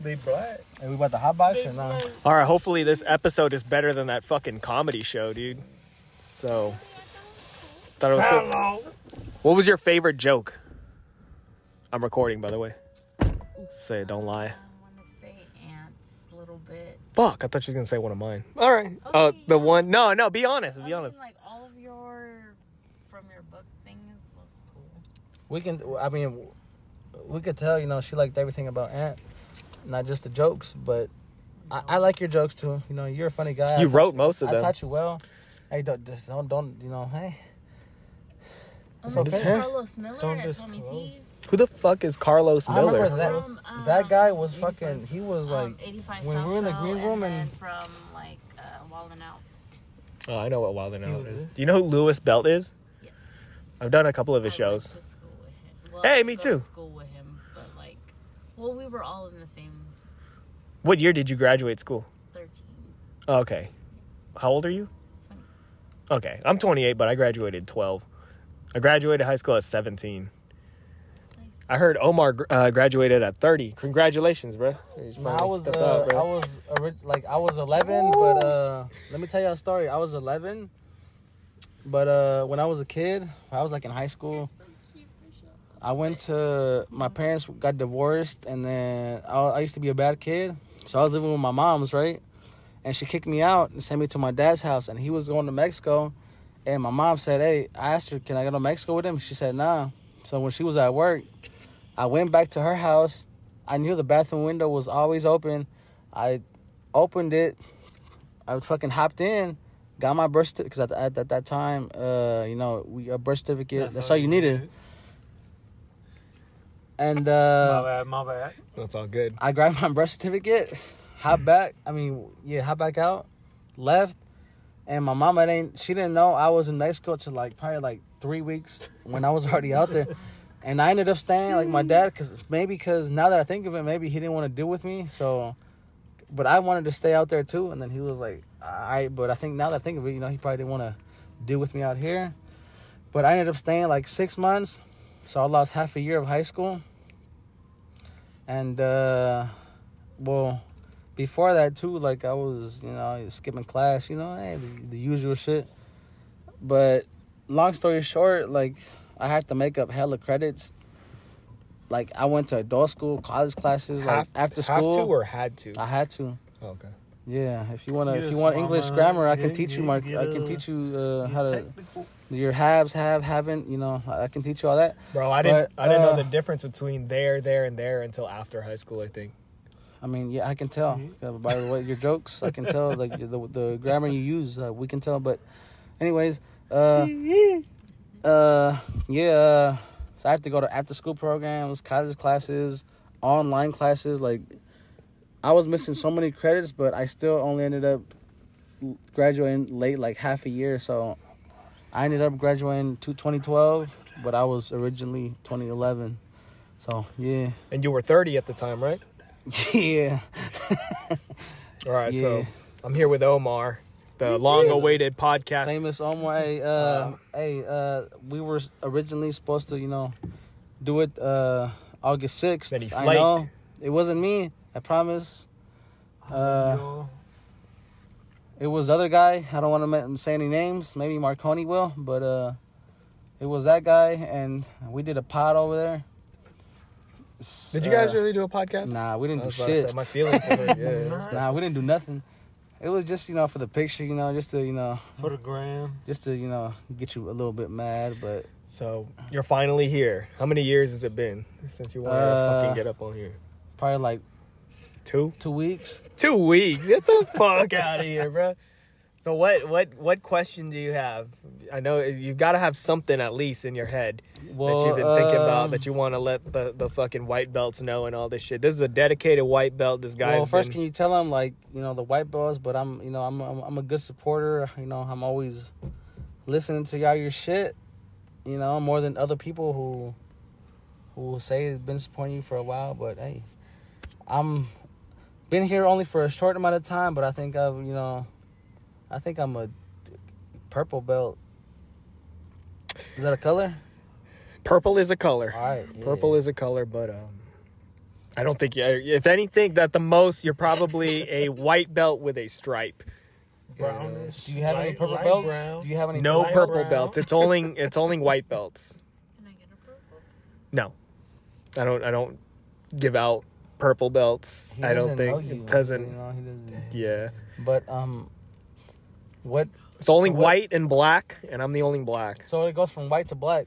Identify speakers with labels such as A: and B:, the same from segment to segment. A: They black.
B: Hey, we about to hot box or not?
C: All right, hopefully this episode is better than that fucking comedy show, dude. So, thought it was cool. What was your favorite joke? I'm recording, by the way. Say, don't lie.
D: want to say ants a little bit.
C: Fuck, I thought she was gonna say one of mine. All right. Uh, the one. No, no. Be honest.
D: I
C: Be
D: mean,
C: honest.
D: like all of your from your book things was cool.
B: We can. I mean, we could tell. You know, she liked everything about Ant, not just the jokes, but I, I like your jokes too. You know, you're a funny guy. I
C: You
B: thought
C: wrote most of
B: I
C: them.
B: taught you well. Hey, don't just don't don't you know? Hey, It's
D: Oh, this
B: okay.
D: is Carlos Miller
A: Don't
D: at Tommy
A: disclose.
D: T's.
C: Who the fuck is Carlos
B: I
C: Miller?
B: remember that
D: From, um,
B: that guy was
D: 85.
B: fucking. He was
D: um,
B: like
D: 85
B: when
D: South
B: we were in the
D: Show
B: green room
D: and,
B: and-
D: then from like uh, Walden Out.
C: Oh, I know what Wild and
B: He
C: Out
B: was
C: is.
B: there.
C: Do you know who Lewis Belt is?
D: Yes.
C: I've done a couple of
D: I
C: his
D: went
C: shows.
D: to school with him. Well,
C: Hey,
D: I didn't
C: me
D: go to
C: too.
D: School with him, but like, well, we were all in the same
C: What year did you graduate school?
D: 13.
C: Oh, okay. How old are you?
D: 20.
C: Okay, I'm 28, but I graduated 12. I graduated high school at 17.
D: Nice.
C: I heard Omar gr- uh, graduated at 30. Congratulations, bro. He's
B: No, I
C: finally
B: was
C: stepped
B: uh,
C: up, bro.
B: I was orig- like I was 11, but uh, let me tell y'all a story. I was 11, but uh, when I was a kid, I was like in high school. I went to my parents got divorced, and then I, I used to be a bad kid, so I was living with my mom's right, and she kicked me out and sent me to my dad's house, and he was going to Mexico, and my mom said, "Hey," I asked her, "Can I go to Mexico with him?" She said, "Nah." So when she was at work, I went back to her house. I knew the bathroom window was always open. I opened it. I fucking hopped in, got my birth certificate because at, at, at that time, uh, you know, we a birth certificate. That's, all you needed. And
A: My
B: uh,
A: bad, my bad.
C: That's all good.
B: I grabbed my birth certificate, hop back. I mean, yeah, hop back out, left, and my mama didn't. She didn't know I was in Mexico till like probably like three weeks when I was already out there, and I ended up staying like my dad because maybe because now that I think of it, maybe he didn't want to deal with me. So, but I wanted to stay out there too, and then he was like, "All right," but I think now that I think of it, you know, he probably didn't want to deal with me out here. But I ended up staying like six months, so I lost half a year of high school and uh well before that too like i was you know skipping class you know hey, the, the usual shit but long story short like i had to make up hella credits like i went to adult school college classes like after school
C: Have to or had to?
B: i had to Oh,
C: okay.
B: yeah if you want to if
A: Yes,
B: you want english
A: mama.
B: grammar i can
A: Yeah,
B: teach you
A: yeah,
B: my
A: get
B: i can
A: a-
B: teach you uh, how to
A: Technical.
B: your haves have haven't you know i I can teach you all that
C: Bro, I didn't.
B: But,
C: I didn't
B: uh,
C: know the difference between there, there, and there until after high school. I think.
B: I mean, yeah, I can tell Uh, by the way your jokes. I can tell like the the grammar you use. Uh, we can tell, but anyways, uh, uh, yeah. So I have to go to after school programs, college classes, online classes. Like, I was missing so many credits, but I still only ended up graduating late, like half a year. So I ended up graduating to 2012, but I was originally 2011. So yeah,
C: And you were 30 at the time, right?
B: yeah.
C: All right.
B: Yeah.
C: So I'm here with Omar, the long-awaited podcast.
B: famous Omar. Hey,
C: Mm-hmm.
B: uh, hey, uh, we were originally supposed to, you know, do it uh, August sixth.
C: Then he
B: I
C: flaked.
B: know it wasn't me. I promise. Uh,
A: Yo,
B: it was other guy. I don't want to say any names. Maybe Marconi will, but uh, it was that guy, and we did a pod over there. It's,
C: Did you guys
B: uh,
C: really do a podcast?
B: Nah, we didn't
C: I
B: do
C: was about to say,
B: shit.
C: my feelings were yeah. it was
B: Nah, we didn't do nothing. It was just you know for the picture, you know, just to you know,
A: for the gram.
B: just to you know get you a little bit mad, but
C: So you're finally here. How many years has it been since you wanted to
B: Uh,
C: fucking get up on here?
B: probably like
C: Two.
B: two weeks.
C: Two weeks. Get the fuck out of here, bro. So what what what question do you have? I know you've got to have something at least in your head that you've been thinking about
B: um,
C: that you want to let the, the fucking white belts know and all this shit. This is a dedicated white belt. This guy's
B: well, first,
C: been-
B: can you tell him like you know the white balls? But I'm you know I'm I'm, I'm a good supporter. You know I'm always listening to y'all your shit. You know more than other people who who say they've been supporting you for a while. But hey, I'm been here only for a short amount of time. But I think I've you know I think I'm a purple belt. Is that a color?
C: purple is a color.
B: All right, Uh, yeah.
C: Purple is a color, but um, I don't think you. If anything, at the most, you're probably a white belt with a stripe.
A: Brownish.
B: Do you have any
A: light-
B: purple
A: light
B: belts?
A: brown.
B: Do you have any
C: No
A: Light
C: purple
A: brown.
C: belts. It's only it's only white belts.
D: Can I get a purple?
C: No, I don't. I don't give out purple belts.
B: He
C: I don't
B: doesn't
C: think
B: know you,
C: it doesn't.
B: You know, he doesn't.
C: Yeah,
B: But um, what?
C: it's only
B: So what-
C: white and black, and I'm the only black
B: So it goes from white to black.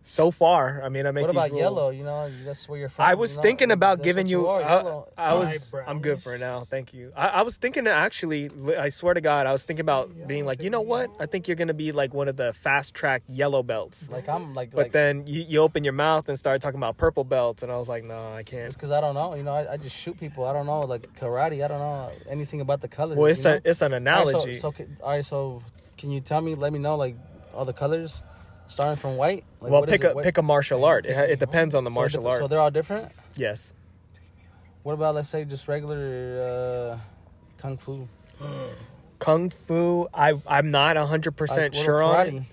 C: so far. I mean, I make
B: what
C: these
B: about
C: rules.
B: yellow? You know, that's where you're from.
C: I
B: you
C: was
B: know,
C: thinking about
B: that's
C: giving
B: what you.
C: you.
B: are,
C: I,
B: yellow.
C: I was.
A: Eyebrows.
C: I'm good for now. Thank you. I, I was thinking actually. li- I swear to God, I was thinking about being like, you know what? I think you're gonna be like one of the fast track yellow belts.
B: like I'm like.
C: But
B: like,
C: then you, you open your mouth and start talking about purple belts, and I was like, no, I can't.
B: It's because I don't know. You know, I, I just shoot people. I don't know, like karate. I don't know anything about the colors.
C: Well, it's
B: you
C: a
B: know?
C: it's an
B: Alright,
C: analogy.
B: so- so, ca- all right, so can you tell me? Let me know, like all the colors, starting from white. Like,
C: well,
B: what is
C: pick
B: it?
C: a
B: What-
C: pick a martial art. It, ha- it depends on the
B: so
C: martial
B: dif- So
C: art.
B: they're all different.
C: yes.
B: What about let's say just regular uh, kung fu?
C: Kung Fu, I, I'm not 100%
B: Like, what about
C: sure on. it.
B: karate?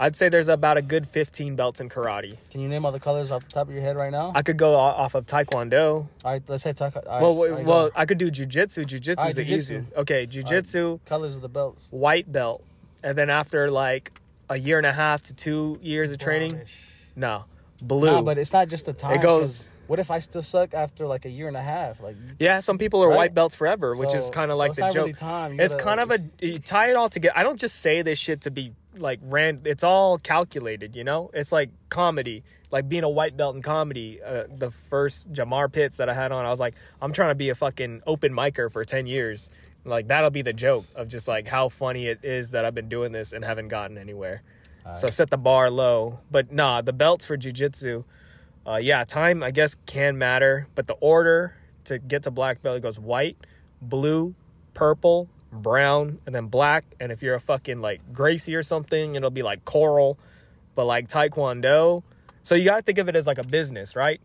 C: I'd say there's about a good 15 belts in karate.
B: Can you name all the colors off the top of your head right now?
C: I could go o- off of Taekwondo.
B: all right, let's say ta- all right,
C: well,
B: all
C: w
B: right,
C: well,
B: go.
C: I could do jujitsu. Jujitsu's
B: Alright,
C: the
B: jujitsu.
C: easy. Okay, jujitsu,
B: colors of the belts.
C: white belt. And then after like a year and a half to two years of training,
A: Brownish.
C: no, blue.
B: Nah, but it's not just the time. 'cause
C: goes-
B: What if I still suck after like a year and a half? Like
C: Yeah, some people are
B: Right.
C: white belts forever, which is
B: So-
C: kind
B: so
C: of like
B: it's
C: the
B: not
C: joke.
B: really time. You
C: It's
B: gotta
C: kind of a
B: just-
C: you tie it all together. I don't just say this shit to be like ran. It's all calculated, you know. It's like comedy, like being a white belt in comedy. Uh, the first Jamar Pitts that I had on, I was like, I'm trying to be a fucking open micer for ten years. Like that'll be the joke of just like how funny it is that I've been doing this and haven't gotten anywhere. So set the bar low, but nah, the belts for jujitsu. Uh, yeah, time I guess can matter, but the order to get to black belt it goes white, blue, purple, brown, and then black. And if you're a fucking like Gracie or something, it'll be like coral. But like Taekwondo, so you gotta think of it as like a business, right?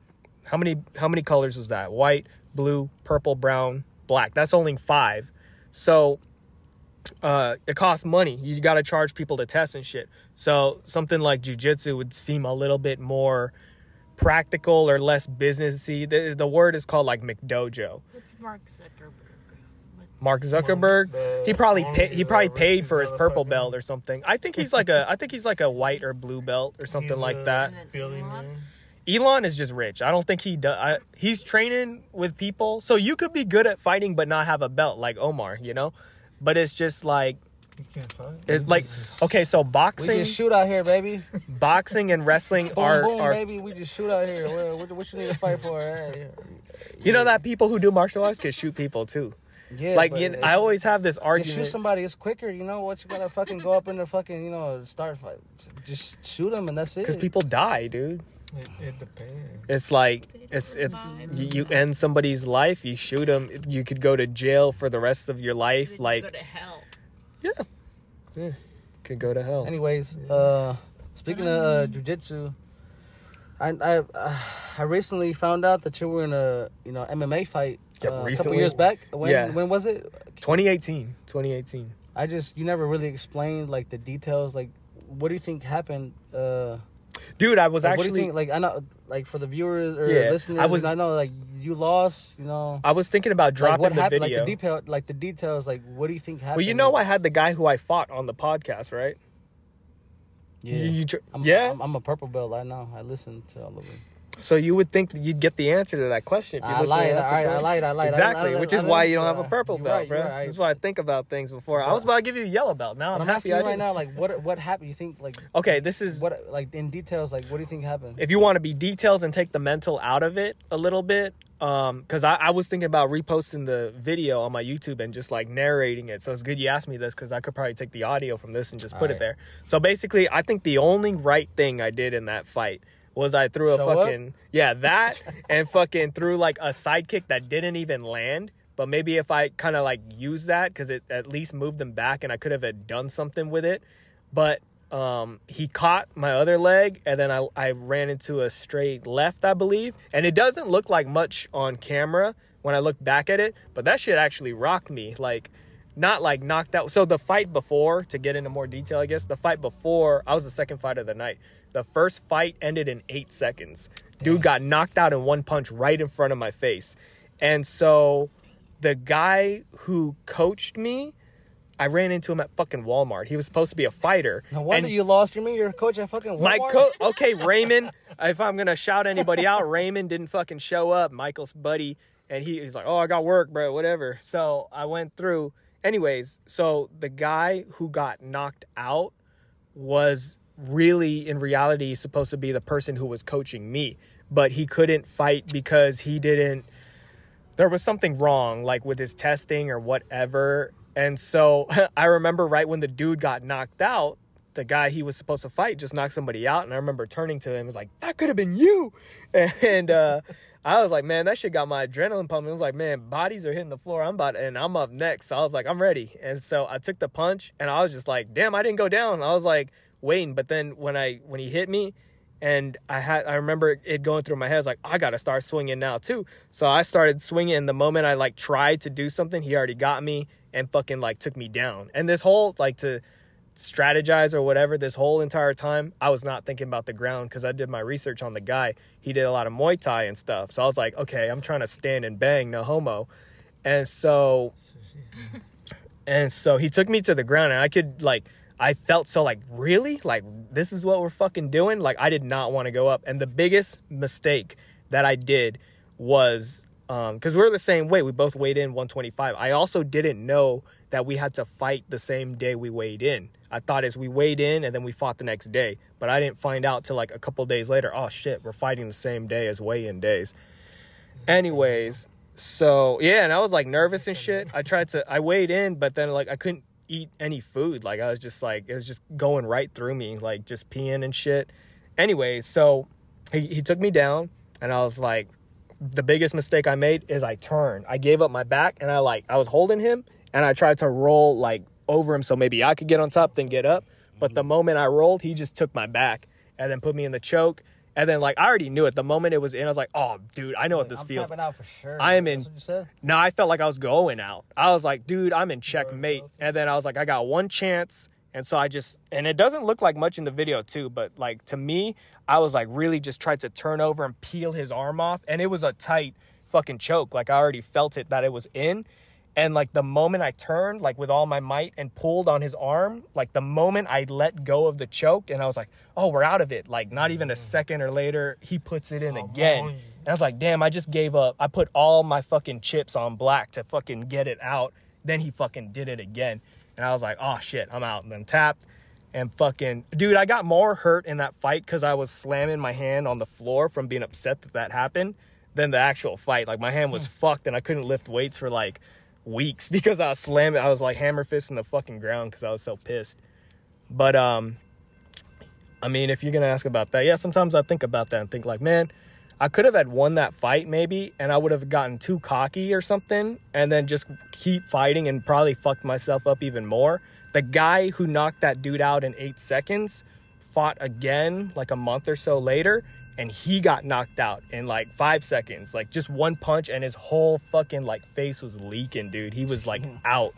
C: How many how many colors was that? White, blue, purple, brown, black. That's only five. So uh, it costs money. You got to charge people to test and shit. So something like jujitsu would seem a little bit more practical or less businessy. The, the word is called like McDojo.
D: What's Mark Zuckerberg? What's-
C: Mark Zuckerberg.
A: the-
C: he probably
A: one
C: pa-
A: of
C: he
A: the
C: probably paid
A: richest
C: for his purple
A: motherfucker.
C: belt or something. I think he's like a I think he's like a white or blue belt or something
A: He's
C: like
A: a
C: that.
D: And then
A: Billionaire.
D: Elon?
C: Elon is just rich. I don't think he does. I, he's training with people, so you could be good at fighting but not have a belt like Omar, you know. But it's just like
A: You can't fight.
C: it's like okay, so
B: we
C: boxing,
B: just shoot out here, baby.
C: boxing and wrestling
B: Boom,
C: are
B: boom,
C: are
B: baby. We just shoot out here. What, what, what you need to fight for? Hey.
C: you know that people who do martial arts can shoot people too.
B: Yeah,
C: like
B: but
C: you know,
B: it's-
C: I always have this
B: just shoot
C: argument.
B: somebody. It's quicker. You know what? You gotta fucking go up in there, fucking, you know, start fight. Just shoot them, and that's it.
C: because people die, dude.
A: It, it depends.
C: It's like it's it's you, you end somebody's life, you shoot them, you could go to jail for the rest of your
D: Did
C: life.
D: you
C: Like
D: go to hell.
C: could go to hell.
B: Anyways, uh, speaking of uh, jujitsu, I I uh, I recently found out that you were in a you know MMA fight
C: Yeah,
B: uh, a couple
C: recently.
B: years back. When
C: Yeah.
B: when was it?
C: 2018, 2018.
B: I just you never really explained like the details. Like, what do you think happened? Uh,
C: Dude, I was
B: like, what do you
C: actually
B: think? Like I know, like for the viewers or
C: Yeah, I
B: listeners,
C: was-
B: I know like you lost. You know,
C: I was thinking
B: like,
C: about dropping
B: what
C: the
B: happened?
C: video.
B: Like the detail, like the details. Like, what do you think happened?
C: well, you know, I
B: Like,
C: had the guy who I fought on the podcast, right?
B: Yeah.
C: You- you tr-
B: I'm,
C: yeah.
B: I'm, I'm a purple belt. I know. I listened to all of it.
C: so you would think that you'd get the answer to that question. If you
B: I
C: listen to
B: lied,
C: the
B: I- I
C: episode.
B: lied, I lied, I
C: Exactly,
B: lied, I
C: which is
B: lied,
C: why
B: I
C: you don't have
B: lied.
C: a purple
B: You're
C: belt,
B: right,
C: bro.
B: you're right.
C: That's why I think about things before. I
B: bro-
C: was about to give you a yellow belt. Now I'm,
B: But I'm
C: happy
B: asking
C: I
B: you right
C: didn't.
B: now, like, what what happened? You think like
C: Okay, this is
B: what like in details? Like, what do you think happened?
C: if you want to be details and take the mental out of it a little bit because I, I was thinking about reposting the video on my youtube and just like narrating it so it's good you asked me this because i could probably take the audio from this and just put it
B: Alright.
C: there so basically i think the only right thing i did in that fight was i threw a
B: Show up?
C: fucking yeah that and fucking threw like a sidekick that didn't even land but maybe if i kind of like used that because it at least moved them back and i could have done something with it but um, he caught my other leg and then I, I ran into a straight left i believe and it doesn't look like much on camera when i look back at it but that shit actually rocked me like not like knocked out so the fight before to get into more detail i guess the fight before i was the second fight of the night the first fight ended in eight seconds Dude got knocked out in one punch right in front of my face. And so the guy who coached me, I ran into him at fucking Walmart. He was supposed to be a fighter.
B: No wonder
C: and
B: you lost your meet your coach at fucking Walmart.
C: my co- okay, Raymond. If I'm gonna shout anybody out, Raymond didn't fucking show up. Michael's buddy, and he, he's like, "Oh, I got work, bro. Whatever." So I went through. Anyways, so the guy who got knocked out was really, in reality, supposed to be the person who was coaching me, but he couldn't fight because he didn't there was something wrong like with his testing or whatever and so i remember right when the dude got knocked out the guy he was supposed to fight just knocked somebody out and i remember turning to him and was like that could have been you and uh I was like, man, that shit got my adrenaline pumping. I was like, man, bodies are hitting the floor. I'm about, and I'm up next. So I was like, I'm ready. And so I took the punch, and I was just like, damn, I didn't go down. I was like waiting, but then when I when he hit me, and I had I remember it going through my head I was like I gotta start swinging now too. So I started swinging. And the moment I like tried to do something, he already got me and fucking like took me down. And this whole like to strategize or whatever, this whole entire time I was not thinking about the ground because I did my research on the guy. He did a lot of Muay Thai and stuff. So I was like, okay, I'm trying to stand and bang, no homo. And so and so he took me to the ground, and I could like, I felt so like, really, like this is what we're fucking doing. Like I did not want to go up, and the biggest mistake that I did was because we are the same weight. We both weighed in 125. I also didn't know that we had to fight the same day we weighed in. I thought as we weighed in and then we fought the next day, but I didn't find out till like a couple days later. Oh shit, we're fighting the same day as weigh-in days. Anyways, so yeah, and I was like nervous and shit. I tried to I weighed in, but then like I couldn't eat any food. Like I was just like it was just going right through me, like just peeing and shit. Anyways, so he, he took me down and I was like the biggest mistake I made is I turned. I gave up my back and I like I was holding him and I tried to roll like over him so maybe I could get on top then get up. But the moment I rolled, he just took my back and then put me in the choke. And then like I already knew it. The moment it was in, I was like, "Oh, dude, I know what this
B: I'm
C: feels."
B: tapping out for sure.
C: I am
B: That's
C: in-
B: What you said?
C: No, I felt like I was going out. I was like, dude, I'm in checkmate. And then I was like, I got one chance. And so I just, and it doesn't look like much in the video too, but like to me, I was like really just tried to turn over and peel his arm off. And it was a tight fucking choke. Like I already felt it that it was in. And like the moment I turned, like with all my might and pulled on his arm, like the moment I let go of the choke and I was like, oh, we're out of it. Like not even a second or later, he puts it in
A: Oh,
C: again.
A: man.
C: And I was like, damn, I just gave up. I put all my fucking chips on black to fucking get it out. Then he fucking did it again. And I was like, oh shit, I'm out. And then tapped and fucking, dude, I got more hurt in that fight because I was slamming my hand on the floor from being upset that that happened than the actual fight. Like my hand was fucked and I couldn't lift weights for like weeks because I was slamming. I was like hammer fisting the fucking ground because I was so pissed. But um, I mean, if you're gonna ask about that, yeah, sometimes I think about that and think like, man, I could have had won that fight maybe, and I would have gotten too cocky or something, and then just keep fighting and probably fucked myself up even more. The guy who knocked that dude out in eight seconds fought again like a month or so later, and he got knocked out in like five seconds, like just one punch, and his whole fucking like face was leaking, dude. He was like out.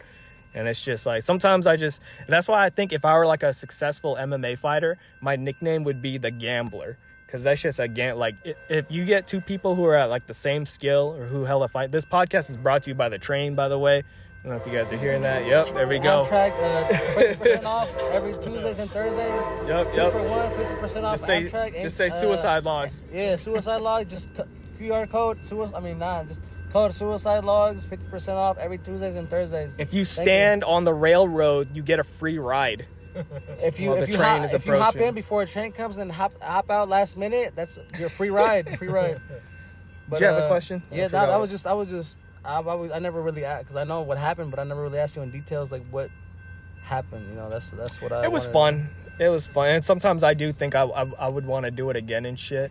C: And it's just like sometimes I just that's why I think if I were like a successful MMA fighter, my nickname would be the gambler. Cause that's just a gam like i- if you get two people who are at like the same skill or who hella fight this podcast is brought to you by the train, by the way. I don't know if you guys are hearing that. Yep, there we go.
B: Amtrak, uh, 50% off every Tuesdays and Thursdays.
C: Yep,
B: Two
C: yep.
B: for one, 50% off
C: Just say-
B: Amtrak.
C: just
B: and, uh,
C: say suicide logs.
B: Yeah, suicide log. Just cu- QR code. Suicide. I mean, nah, just code suicide logs. 50% off every Tuesdays and Thursdays.
C: If you
B: Thank
C: stand on the railroad, you get a free ride.
B: if you
C: while
B: if
C: the
B: you,
C: train
B: hop,
C: is
B: if you hop
C: approaching.
B: in before a train comes and hop hop out last minute, that's your free ride. Free ride. But, uh,
C: you have a question? I
B: Yeah,
C: forgot.
B: no, that was just I was just I, I, was, I never really asked because I know what happened, but I never really asked you in details like what happened. You know, that's that's what I.
C: It was
B: wanted-
C: fun. It was fun. And sometimes I do think I I, I would want to do it again and shit.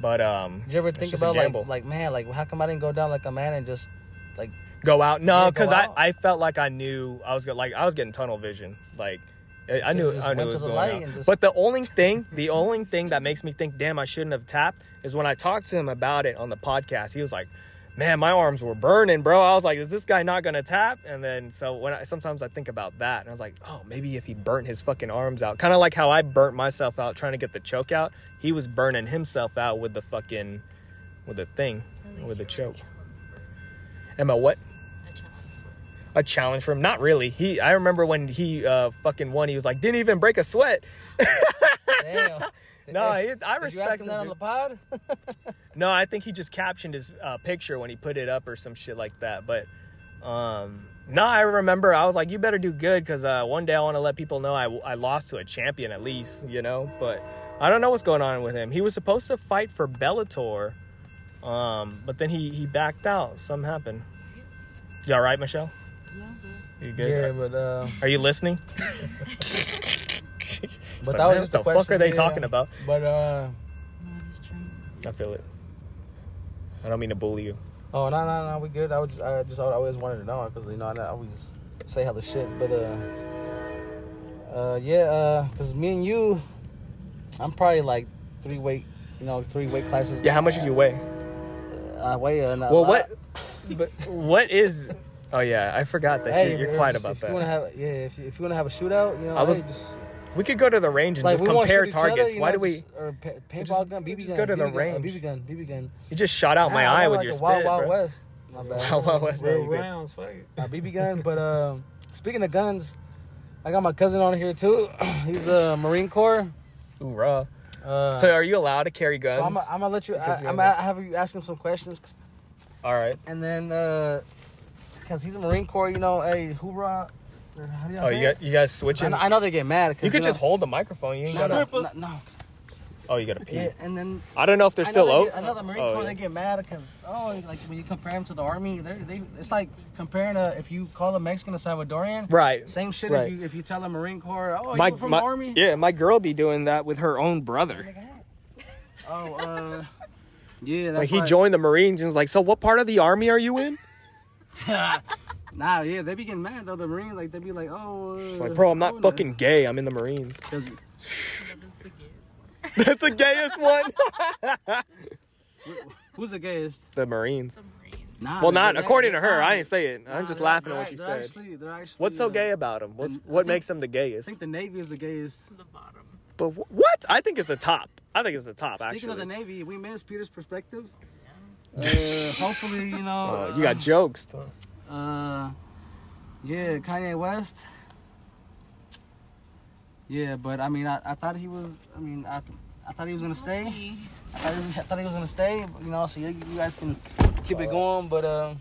C: But um
B: Did you ever
C: it's
B: think
C: just a
B: about like
C: gamble.
B: like man like how come I didn't go down like a man and just like
C: go out. No,
B: Yeah, go
C: because I,
B: out.
C: I felt like I knew I was gonna like I was getting tunnel vision. Like I, I
B: So
C: knew
B: you just
C: I knew
B: went
C: it
B: to
C: was
B: the
C: going
B: light
C: out.
B: and just-
C: But the only thing, the only thing that makes me think, damn, I shouldn't have tapped, is when I talked to him about it on the podcast. He was like, man, my arms were burning, bro. I was like, is this guy not gonna tap? And then so when I sometimes I think about that, and I was like, oh, maybe if he burnt his fucking arms out, kind of like how I burnt myself out trying to get the choke out. He was burning himself out with the fucking, with the thing,
D: At least
C: with the
D: you're a
C: choke.
D: challenge for-
C: Am I what?
D: a challenge for-
C: a challenge for him. Not really. He I remember when he uh fucking won, he was like, didn't even break a sweat.
B: Damn.
C: No,
B: Hey,
C: he, I
B: did
C: respect
B: you ask him
C: him,
B: that on
C: dude.
B: the pod?
C: No, I think he just captioned his uh, picture when he put it up or some shit like that. But um, no, I remember I was like, you better do good because uh, one day I want to let people know I, I lost to a champion at least, you know. But I don't know what's going on with him. He was supposed to fight for Bellator, um, but then he he backed out. Something happened. You all right, Michelle? You good?
B: Yeah, but uh,
C: Are you listening?
B: but
C: Like,
B: that was
C: "Man,
B: just
C: what
B: a
C: the fuck
B: question,
C: are they
B: yeah.
C: talking about?
B: But uh,
D: No, just trying.
C: I feel it. I don't mean to bully you.
B: oh no no no, we good. I was just I just always wanted to know because you know I always say hella shit, but uh, uh yeah, uh, cause me and you, I'm probably like three weight, you know, three weight classes.
C: Yeah, how much did you weigh?
B: I weigh uh, not a
C: Well,
B: lot.
C: what? But what is? Oh yeah, I forgot that
B: Hey,
C: you,
B: if-
C: you're quiet
B: if,
C: about
B: if You
C: that.
B: wanna have, yeah, if you, if you want to have a shootout, you know,
C: I was-
B: hey, just,
C: we could go to the range and
B: like
C: just
B: we wanna
C: compare
B: shoot each other,
C: targets.
B: you
C: Why
B: know,
C: do we?
B: just- or pa- paintball
C: just-
B: gun, BB
C: just
B: gun,
C: go to the
B: BB gun, uh,
C: range.
B: BB gun, BB gun.
C: You just shot out my
B: Nah, I
C: eye
B: want
C: with
B: like
C: your
B: a
C: spit,
B: Wild Wild
C: bro.
B: West. My bad.
C: Wild Wild West.
B: Real
C: Very
A: Real
C: good.
A: rounds fight.
B: my BB gun. But uh, speaking of guns, I got my cousin on here too. He's a Marine Corps.
C: Ooh, raw.
B: Uh,
C: So are you allowed to carry
B: so I'm
C: guns?
B: gonna let you. I,
C: Because
B: I'm
C: you're
B: gonna have you ask him some questions, 'cause-
C: All right.
B: and then because he's a Marine Corps, you know, hey, hoorah! Or how do you
C: Oh, you got you guys
B: I,
C: switching.
B: know, I know they get mad. 'cause,
C: You could
B: know-
C: just hold the microphone. You ain't
B: No,
C: gotta.
B: no,
A: Strip
B: no,
A: us.
B: no, 'cause-
C: Oh, you gotta pee.
B: yeah, and then
C: I don't know if they're
B: I know
C: still
B: they
C: open.
B: get- I know the Marine
C: oh,
B: Corps
C: yeah.
B: they get mad because oh, like when you compare them to the Army, they they it's like comparing a if you call a Mexican a Salvadorian,
C: Right.
B: Same shit
C: Right.
B: if you if you tell a Marine Corps, oh,
C: my,
B: you from
C: my,
B: the Army.
C: Yeah, my girl be doing that with her own brother.
B: Oh, uh, yeah. That's
C: Like he
B: why-
C: joined the Marines and was like, "So what part of the army are you in?"
B: Nah, yeah, they be getting mad though. The Marines, like they be like, oh,
C: It's
B: uh,
C: like, bro, I'm not
B: oh,
C: fucking gay. I'm in the Marines.
B: no. 'Cause-
D: The gays.
C: That's the gayest one.
B: Who's the gayest?
C: the Marines.
D: Some Marines.
B: Nah.
C: Well,
B: they-
C: not
B: they-
C: according to
B: they-
C: her.
B: nah,
C: I ain't say it. I'm
B: nah,
C: just
B: they're-
C: laughing at what
B: they're-
C: she
B: they're
C: said.
B: Actually, they're actually,
C: What's so
B: uh,
C: gay about him? What's
B: I
C: what
B: think-
C: makes him the
B: I think
C: gayest?
B: the Navy is the gayest.
D: The bottom.
C: But wh- what? I think it's the top. I think it's the top.
B: Speaking of the
C: Actually,
B: Navy, we miss Peter's perspective. Uh, hopefully, you know.
C: Uh, you got jokes. though.
B: Uh, yeah, Kanye West. Yeah, but I mean, I, I thought he was. I mean, I, I thought he was gonna stay.
D: Lucky.
B: I thought he, I thought he was gonna stay. You know, so you, you guys can keep it going. But uh,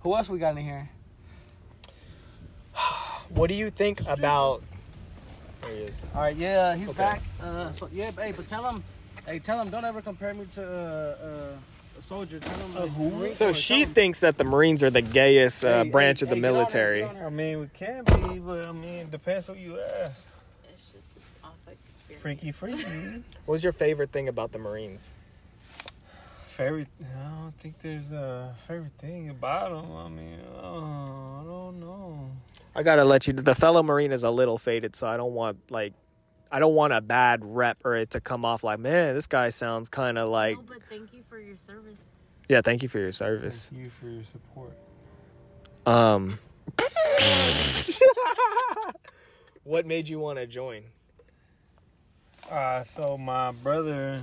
B: who else we got in here?
C: What do you think about? There he is.
B: All right, yeah, he's
C: Okay.
B: back. Uh, so yeah, hey, but tell him, hey, tell him, don't ever compare me to uh, uh, a soldier. Tell him like, Marine Corps,
C: So
B: tell
C: she
B: him.
C: thinks that the Marines are the gayest uh,
B: Hey,
C: branch
B: hey,
C: of the
B: hey, get on there,
C: military.
B: get on there.
A: I mean, we can be, but I mean, depends who you ask.
D: It's just off experience.
A: Freaky, freaky.
C: What was your favorite thing about the Marines?
A: favorite? I don't think there's a favorite thing about them. I mean, uh, I don't know.
C: I gotta let you. The fellow Marine is a little faded, so I don't want like, I don't want a bad rep or it to come off like, man, this guy sounds kind of like,
D: No, but thank you for your service.
C: yeah, thank you for your service.
A: Thank you for your support.
C: Um, what made you want to join?
A: Uh, so my brother,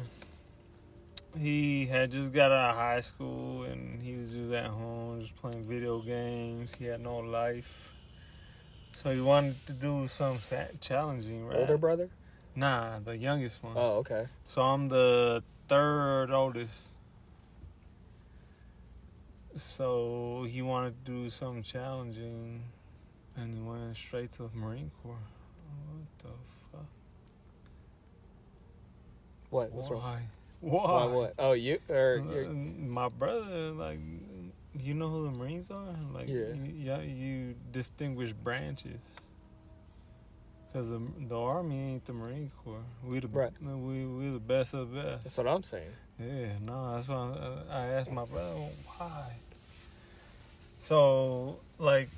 A: he had just got out of high school and he was just at home, just playing video games. He had no life, so he wanted to do something sa- challenging, right? Uh,
C: Older brother?
A: Nah, the youngest one.
C: Oh, okay.
A: So I'm the third oldest. So he wanted to do something challenging, and he went straight to the Marine Corps. What the fuck?
C: What? What's wrong?
A: Why?
C: Why?
A: Why?
C: What? Oh, you or
A: Uh,
C: you're,
A: my brother, like, you know who the Marines are? Like,
C: Yeah.
A: y- yeah, you distinguish branches. Cause the, the Army ain't the Marine Corps. We the
C: Right.
A: we we the best of the best.
C: that's what I'm saying.
A: Yeah, no, that's why I- I asked my brother why. So like,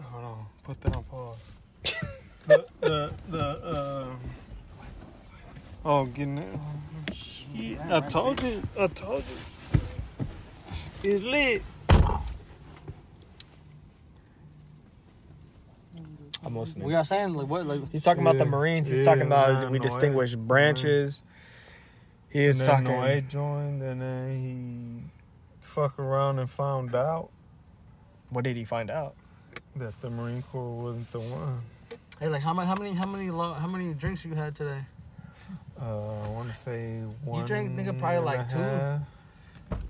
A: hold on, put that on pause. the the the um. Oh, getting it. Shit, I told you. I told you. It's lit.
C: I'm listening.
B: We are saying like what like
C: He's talking about the
A: Yeah.
C: Marines. He's
A: Yeah,
C: talking about
A: nah,
C: we
A: no way.
C: distinguish branches. He is
A: and
C: talking.
A: Then Noé joined, and then he fuck around and found out
C: What did he find out?
A: that the Marine Corps wasn't the one.
B: hey like how many how many how many lo- how many drinks you had today?
A: Uh, I want to say one.
B: drank, nigga, probably
A: and
B: like
A: a
B: two.
A: half.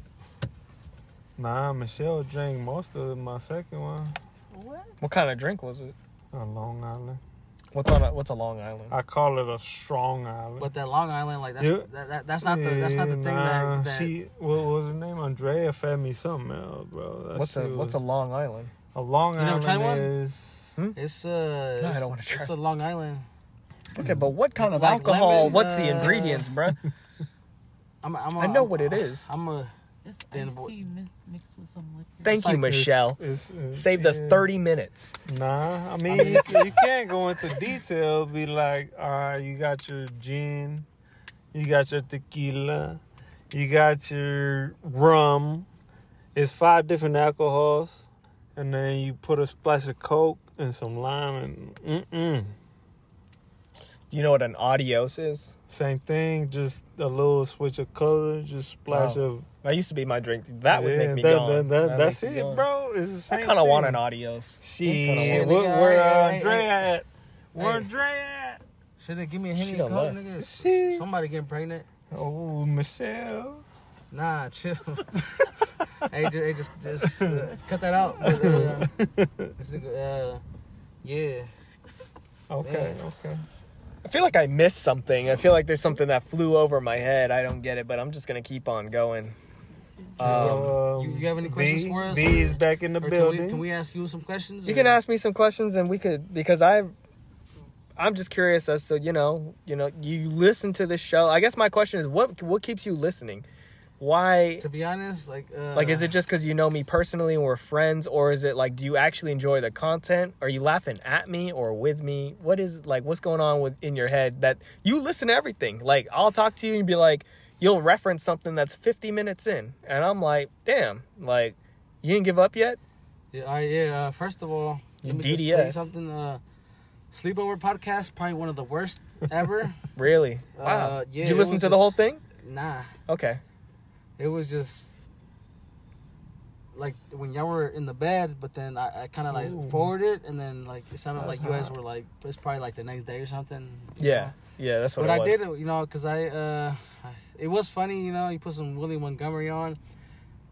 A: Nah, Michelle drank most of my second one
D: What?
C: What kind of drink was it?
A: on Long Island.
C: What's on? A, what's a Long Island?
A: I call it a Strong Island.
B: But that Long Island like that's
A: Yeah.
B: that, that, that's not the that's not the thing
A: Nah,
B: that, that
A: she what was her name? Andrea fed me something else, bro. That
C: What's a
A: shit
C: What's a
A: was-
C: Long Island?
A: a Long
B: You never tried
A: Island
B: one?
A: is
B: it's uh
C: No, I
B: it's,
C: don't wanna try.
B: it's a Long Island.
C: Okay, but what kind of
B: Like
C: alcohol?
B: lemon,
C: what's the
B: uh,
C: ingredients, bruh?
B: I'm, I'm a,
C: I know
B: I'm-
C: what it is.
B: I'm a
D: It's
B: Then
D: iced
B: what-
D: tea mi- mixed with some liquor.
C: Thank you,
B: like
A: it's-
C: Michelle.
A: it's- it's-
C: Saved us
A: yeah.
C: 30 minutes.
A: Nah, I mean you, you can't go into detail. Be like, all right, you got your gin, you got your tequila, you got your rum. It's five different alcohols, and then you put a splash of coke and some lime and mm-mm.
C: Do you know what an adios is?
A: Same thing, just a little switch of color, just splash
C: Wow.
A: of.
C: That used to be my drink. Oh, That would
A: Yeah,
C: make me
A: that-
C: gone.
A: that- that-
C: That
A: that's
C: makes
A: it,
C: me gone.
A: bro. It's the same.
C: I kind of want
A: thing.
C: an adios.
A: She,
C: Kinda want
A: where,
B: one.
A: where uh,
B: Hey, hey,
A: Andrea
B: hey.
A: at? Where
B: Hey.
A: Andrea at?
B: should they give me a henny
C: She
B: and
C: done
B: coke,
C: left.
B: nigga? S- Somebody getting pregnant?
A: Oh, Michelle.
B: Nah, chill. hey, just, hey, just just uh, cut that out. But, uh, it's a good- uh, yeah.
A: Okay, okay.
C: I feel like I missed something. I feel like there's something that flew over my head. I don't get it, but I'm just gonna keep on going. Um,
A: Um,
B: you- you have any questions
A: B,
B: for us?
A: B is back in the
B: Or can, we,
A: building.
B: can we ask you some questions?
C: you
B: or-
C: can ask me some questions, and we could because I, I'm just curious as to you know, you know, you listen to this show. I guess my question is what what keeps you listening? Why?
B: To be honest, like uh,
C: Like, is it just because you know me personally and we're friends, or is it like, do you actually enjoy the content? Are you laughing at me or with me? What is like, what's going on with in your head that you listen to everything? Like, I'll talk to you and be like, you'll reference something that's 50 minutes in, and I'm like, damn, like, you didn't give up yet?
B: Yeah, all right, yeah. Uh, first of all,
C: You
B: let me just tell you
C: DDF.
B: something. Uh, sleepover podcast, probably one of the worst ever.
C: Really?
B: Uh,
C: Wow.
B: yeah,
C: Did you
B: it
C: listen
B: was
C: to the whole
B: just-
C: thing?
B: nah,
C: Okay.
B: it was just like when y'all were in the bed, but then I, I kind of like
A: Ooh.
B: forwarded, and then like it sounded
A: That's
B: like you guys
A: hot.
B: were like it's probably like the next day or something. you
C: Yeah.
B: know?
C: Yeah, that's what
B: but
C: it
B: I
C: was.
B: did it, you know, because I uh, it was funny, you know. You put some Willie Montgomery on,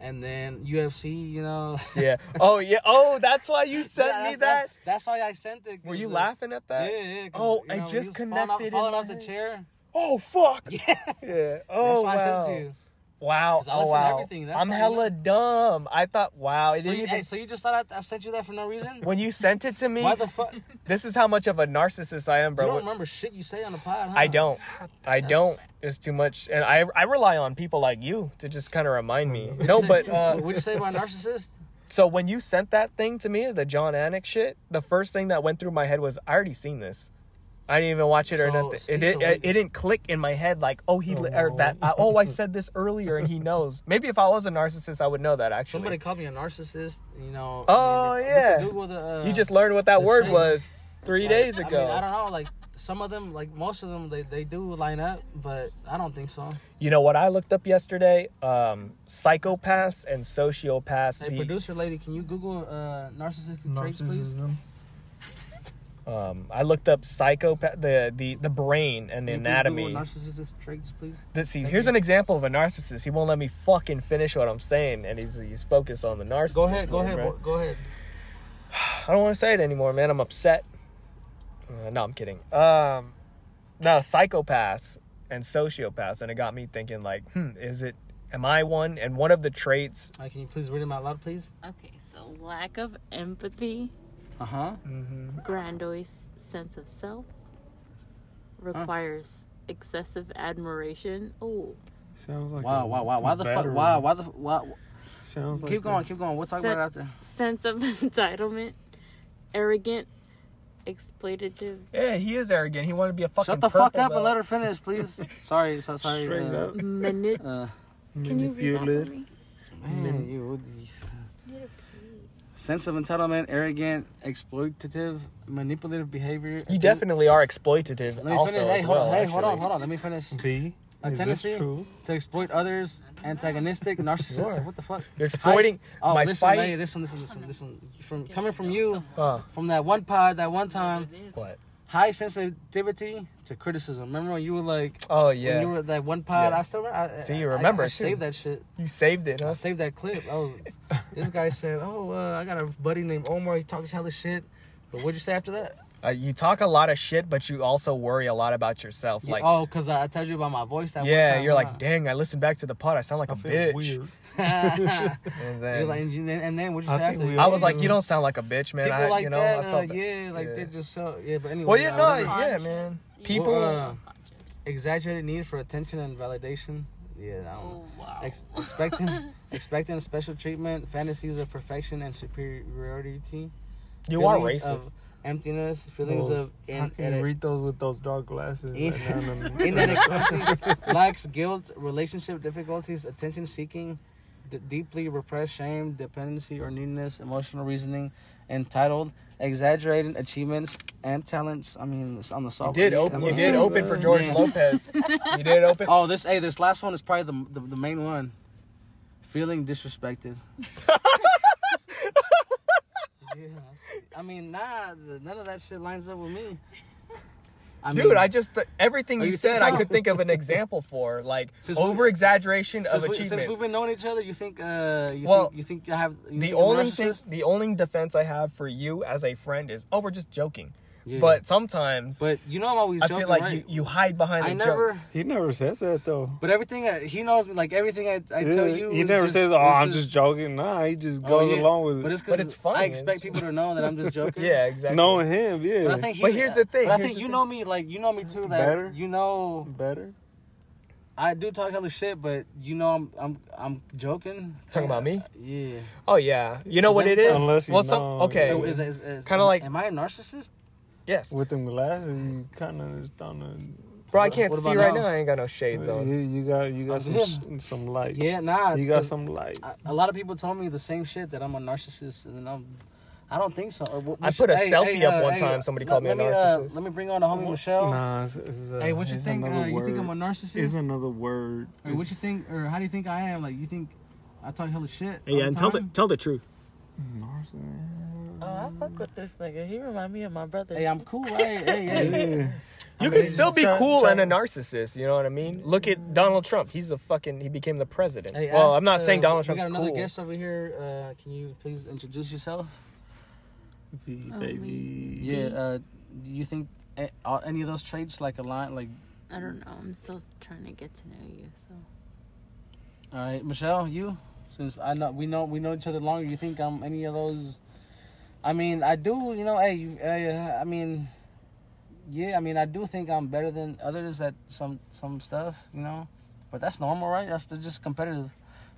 B: and then UFC, you know.
C: Yeah. Oh, yeah. Oh, that's why you sent
B: Yeah,
C: me
B: that's-
C: that.
B: That's, that's why I sent it.
C: Were
B: 'cause,
C: you
B: uh,
C: laughing at that?
B: Yeah, yeah. 'cause,
C: Oh,
B: you
C: I
B: know, he
C: just
B: was falling off,
C: connected
B: falling
C: in
B: off
C: my
B: the
C: head.
B: chair.
C: Oh, fuck.
B: Yeah,
C: Yeah.
B: that's
C: Oh,
B: why
C: wow.
B: I sent it to you.
C: Wow.
B: 'Cause I
C: Oh,
B: listen to
C: wow.
B: everything, that's
C: I'm
B: how you
C: hella dumb. I thought, wow.
B: So
C: It didn't
B: you,
C: even-
B: hey, so you just thought I, I sent you that for no reason?
C: when you sent it to me,
B: Why the fuck? You
C: this is how much of a narcissist I am, bro.
B: don't remember shit you say on the pod, huh?
C: I don't. I
B: That's-
C: don't. It's too much. And I, I rely on people like you to just kind of remind me.
A: What'd
C: No,
B: Say-
C: but uh,
B: what'd you say about a narcissist?
C: so when you sent that thing to me, the John Anik shit, the first thing that went through my head was, I already seen this. I didn't even watch it or
B: So,
C: nothing.
B: see,
C: It, did,
B: so
C: it,
B: what-
C: it didn't click in my head like, oh, he
A: Oh,
C: li- or
A: no.
C: that. I, oh, I said this earlier, and he knows. Maybe if I was a narcissist, I would know that actually.
B: Somebody called me a narcissist. You know.
C: Oh,
B: I mean,
C: yeah.
B: look at Google the, uh,
C: You just learned what that
B: the
C: word
B: trends.
C: was three
B: like,
C: days
B: I mean,
C: ago.
B: I don't know. Like some of them, like most of them, they, they do line up, but I don't think so.
C: you know what I looked up yesterday? Um, psychopaths and sociopaths.
B: Hey,
C: the-
B: producer lady, can you Google uh, narcissistic traits, please?
A: Narcissism.
C: um, I looked up psychopath, the, the, the brain and the
B: Can you please
C: anatomy.
B: Google narcissistic traits, please.
C: This, see, here's an example of a narcissist. He won't let me fucking finish what I'm saying, and he's he's focused on the narcissist.
B: Go ahead, go
C: one,
B: ahead,
C: bro.
B: bo- go ahead.
C: I don't want to say it anymore, man. I'm upset. Uh, no, I'm kidding. Um, no, psychopaths and sociopaths, and it got me thinking. Like, hmm, is it? Am I one? And one of the traits.
B: All right, Uh, can you please read them out loud, please?
D: Okay, so lack of empathy,
B: Uh
A: Uh-huh.
B: huh.
D: grandiose sense of self, requires excessive admiration. Oh,
A: Sounds like
B: Wow,
A: a
B: wow, wow. Why the fuck?
A: battery.
B: Why? Why the? f- Why?
A: Sounds like
B: Keep going,
A: a-
B: keep going. We'll talk
D: Sen-
B: about it after.
D: sense of entitlement, arrogant, exploitative.
C: Yeah, he is arrogant. He wanted to be a fucking.
B: Shut the fuck
C: purple
B: up and
C: belt.
B: let her finish, please. sorry, so, sorry.
A: Straight
B: uh,
A: up.
D: Mani-
B: uh,
D: Can you read that for
A: manipulative.
D: me?
B: man, you
D: You need to
B: sense of entitlement, arrogant, exploitative, manipulative behavior.
C: You definitely are exploitative.
B: Let me
C: also,
B: finish. Hey,
C: as
B: hold,
C: well,
B: hey, hold on,
C: actually.
B: hold on. Let me finish.
A: B.
B: A
A: Is
B: Tennessee?
A: this true?
B: To exploit others, antagonistic,
C: Sure.
B: narcissistic. What the fuck?
C: You're exploiting
B: Oh,
C: my
B: this
C: fight.
B: one, hey, this one, this one, this one, this one. From coming from
D: know
B: you,
D: someone.
C: Huh.
B: from that one pod, that one time.
D: pee. It is.
C: What?
B: High sensitivity to criticism. Remember when you were like,
C: Oh
B: when
C: yeah.
B: you
C: You,
B: were that one pod?
C: Yeah.
B: I still remember. I,
C: See,
B: I-
C: you
B: I-
C: remember
B: I,
C: it, too.
B: saved that shit.
C: saved it.
B: I
C: Huh?
B: saved that clip. I was. this guy said, "Oh, uh, I got a buddy named Omar. He talks hella shit." But what'd you say after that?
C: Uh, you talk a lot of shit, but you also worry a lot about yourself. Like,
B: yeah, oh, cause I, I told you about my voice that
C: yeah,
B: one time. uh,
C: you're
B: huh?
C: like, dang, I listened back to the pod. I sound like a
A: I feel
C: bitch.
A: weird.
C: And
B: You're
C: then
B: like, and then, and then what'd you
A: I
B: say
A: think
B: after?
A: we
B: You're
A: all
C: I was like,
A: Yeah.
C: you don't sound like a bitch, man.
B: people
C: I,
B: like
C: you know,
B: that,
C: I
B: uh,
C: felt that.
B: yeah, like
C: yeah.
B: they're just so yeah. But anyway,
C: Well, you're
B: I
C: not-
B: remember-
C: yeah,
D: Conscious.
C: man.
D: You
C: People-
D: are
B: Uh,
D: conscious.
B: exaggerated need for attention and validation. Yeah, I don't know.
D: Oh wow.
B: Ex- expecting expecting special treatment, fantasies of perfection and superiority.
C: you are
B: feelings
C: racist.
B: Of emptiness, feelings
A: Those-
B: of
A: How
B: in,
A: can you read those with those dark glasses?
B: In-
A: right now? No, no, no.
B: inadequacy, lacks guilt, relationship difficulties, attention seeking, d- deeply repressed shame, dependency or neediness, emotional reasoning, entitled, exaggerated achievements and talents. I mean, it's on the
C: you
B: soft.
C: did
B: um, yeah,
C: open. You
B: I'm-
C: did open for George
B: Yeah.
C: Lopez. You did open.
B: Oh, this hey, this last one is probably the the, the main one. Feeling disrespected. yeah, I mean, nah, the, none of that shit lines up with me. I
C: Dude, I just th- everything
B: Oh,
C: you,
B: you think
C: said, I
B: so?
C: could think of an example for, like
B: Since we-
C: over exaggeration of
B: since, we,
C: achievements.
B: since we've been knowing each other, you think uh, you
C: Well,
B: think you think I have you
C: the
B: think I'm a
C: only thing,
B: narcissist?
C: the only defense I have for you as a friend is, oh, we're just joking.
B: Yeah.
C: But sometimes,
B: but you know I'm always
C: I
B: joking,
C: feel like
B: right?
C: you, you hide behind the
B: I never.
C: jokes.
A: he never says that though.
B: But everything I, he knows me, like everything I, I tell
A: Yeah,
B: you,
A: he
B: is
A: never
B: just-
A: says, "Oh,
B: it's
A: I'm just, joking." Nah, he just
B: oh,
A: goes
B: yeah.
A: along with it.
B: But it's
C: But
B: because
C: it's funny,
B: I
C: it's-
B: expect people to know that I'm just joking.
C: Yeah, exactly.
A: Knowing him, yeah.
B: But I think he,
C: But here's the thing,
B: But I
C: here's
B: think
C: the
B: you
C: thing.
B: know me, like you know me too. That
A: Better?
B: you know
A: better.
B: I do talk hella shit, but you know I'm I'm I'm joking.
C: Talking about me?
B: Yeah.
C: Oh yeah, you know
B: Is
C: what
B: that
C: it
B: what
C: is.
B: you-
A: Unless you
C: well, some
A: know-
C: okay,
A: Yeah.
B: Is- is- is-
C: Kinda like-
B: Am I a narcissist?
C: yes,
A: With them glasses, you kind of starting
C: bro. I can't
B: What
C: see
B: about
C: right
B: now?
C: now. I ain't got no shades
A: to.
C: on.
A: You, uh, you got you got
B: I'm
A: some
B: good.
A: s- some light.
B: Yeah, nah.
A: you got
B: it's-
A: some light.
B: I- a lot of people told me the same shit that I'm a narcissist, and I'm. I don't think so. Or we- we
C: I
B: should-
C: put a selfie up one time, somebody called
B: let-
C: me a
B: let uh,
C: narcissist.
B: let me bring on the homie Michelle.
A: Nah, it's, it's, uh,
B: Hey, what you
A: it's
B: think? Uh,
A: another
B: you think I'm a
A: word. It's
B: narcissist?
A: another word.
B: Or what you think? Or how do you think I am? Like you think I talk hella shit? all the time?
C: tell the truth.
A: Narcissist.
E: Oh, I fuck with this nigga. He remind me of my brother.
B: Hey, I'm cool, right? Hey, hey, hey.
A: Yeah.
C: You
B: I
C: can
B: mean,
C: still be
E: Trump-
C: cool
E: Trump-
C: and a narcissist. You know what I mean? Look at Donald Trump. He's a fucking. He became the president.
B: Hey,
C: well,
B: ask,
C: I'm not saying
B: uh,
C: Donald
B: We
C: Trump's
B: got another
C: cool.
B: guest over here. Uh, can you please introduce yourself?
A: V,
D: Oh,
A: baby.
B: Yeah. Uh, do you think a- are any of those traits like a line? Like,
D: I don't know. I'm still trying to get to know you. So
B: all right, Michelle, you. Since I know we know we know each other longer, you think I'm any of those? I mean, I do. You know, hey, you- hey, uh, I mean, yeah. I mean, I do think I'm better than others at some some stuff. You know, but that's normal, right? That's the, just competitive,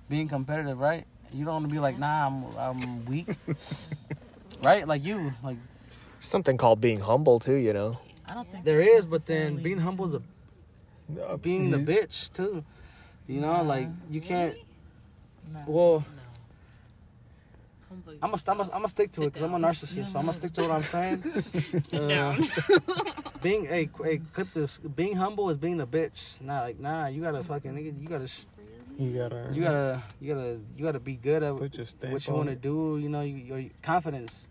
B: being competitive, right? You don't want to be like, nah, I'm I'm weak, right? Like you, like
C: Something called being humble too. You know.
E: I don't think
B: There is, but then being
E: necessarily-
B: humble is a
A: Uh,
B: being the
A: yeah.
B: bitch too. You know, like you can't.
E: No,
B: Well,
E: no.
D: humble.
B: I'm gonna I'm gonna, I'm gonna stick to it because I'm a narcissist. So I'm gonna stick to what I'm saying. Uh, being hey, qu- hey, clip this. Being humble is being a bitch. Nah, like nah, you gotta fucking nigga, you gotta sh-
A: You gotta.
B: you gotta you gotta you gotta be good at
A: put your stamp
B: what you
A: on
B: want to
A: it.
B: do. You know, you, your confidence.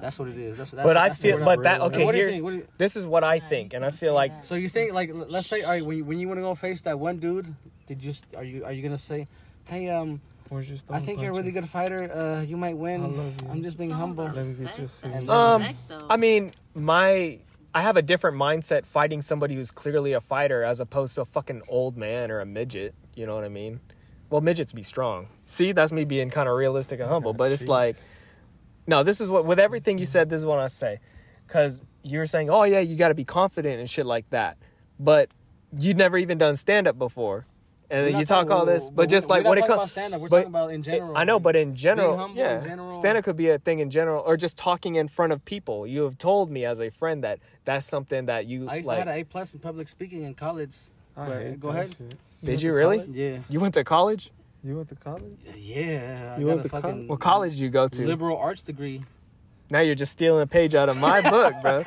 B: That's what it is. That's, that's
C: but I
B: that's the
C: feel.
B: word
C: But that.
A: really-
B: Now,
C: Okay.
B: what do you
C: Here's.
B: think? What do you-
C: This is what I
E: Yeah,
C: think,
E: you
C: and I
E: can
C: feel
E: say
C: like
E: that.
B: So you think like l- let's say all right when you, when you want to go face that one dude, did you st- are you are you gonna say, hey um
A: Where's your
B: I think you're a really good fighter, uh you might win.
A: I love you.
B: am just being humble.
A: Let me get your scissors.
C: Um,
D: though.
C: I mean, my I have a different mindset fighting somebody who's clearly a fighter as opposed to a fucking old man or a midget. You know what I mean? Well, midgets be strong. See, that's me being kind of realistic and humble. But it's like, no, this is what with everything you said. This is what I say, because you were saying, oh yeah, you got to be confident and shit like that. But you'd never even done stand up before, and
B: We're
C: then
B: not
C: you talk
B: talking-
C: all
B: we're-
C: this.
B: we're-
C: But just
B: we're
C: like
B: not
C: when it
B: talking
C: comes,
B: about stand-up, we're
C: but-
B: talking about in general,
C: I know,
B: like,
C: but in general,
B: humble in
C: yeah,
B: general.
C: stand up could be a thing in general, or just talking in front of people. You have told me as a friend that that's something that you
B: I used
C: like.
B: to have an A plus in public speaking in college.
A: I
B: But
A: hate
B: go
A: that
B: ahead.
A: shit.
C: Did you
A: went to
C: really?
A: college?
B: Yeah.
C: You went to college?
A: You went to college?
B: Yeah, I
A: You
B: got
A: went
B: a
A: to
B: fucking
A: college?
C: What college did you go to?
B: liberal arts degree.
C: Now you're just stealing a page out of my book, bro.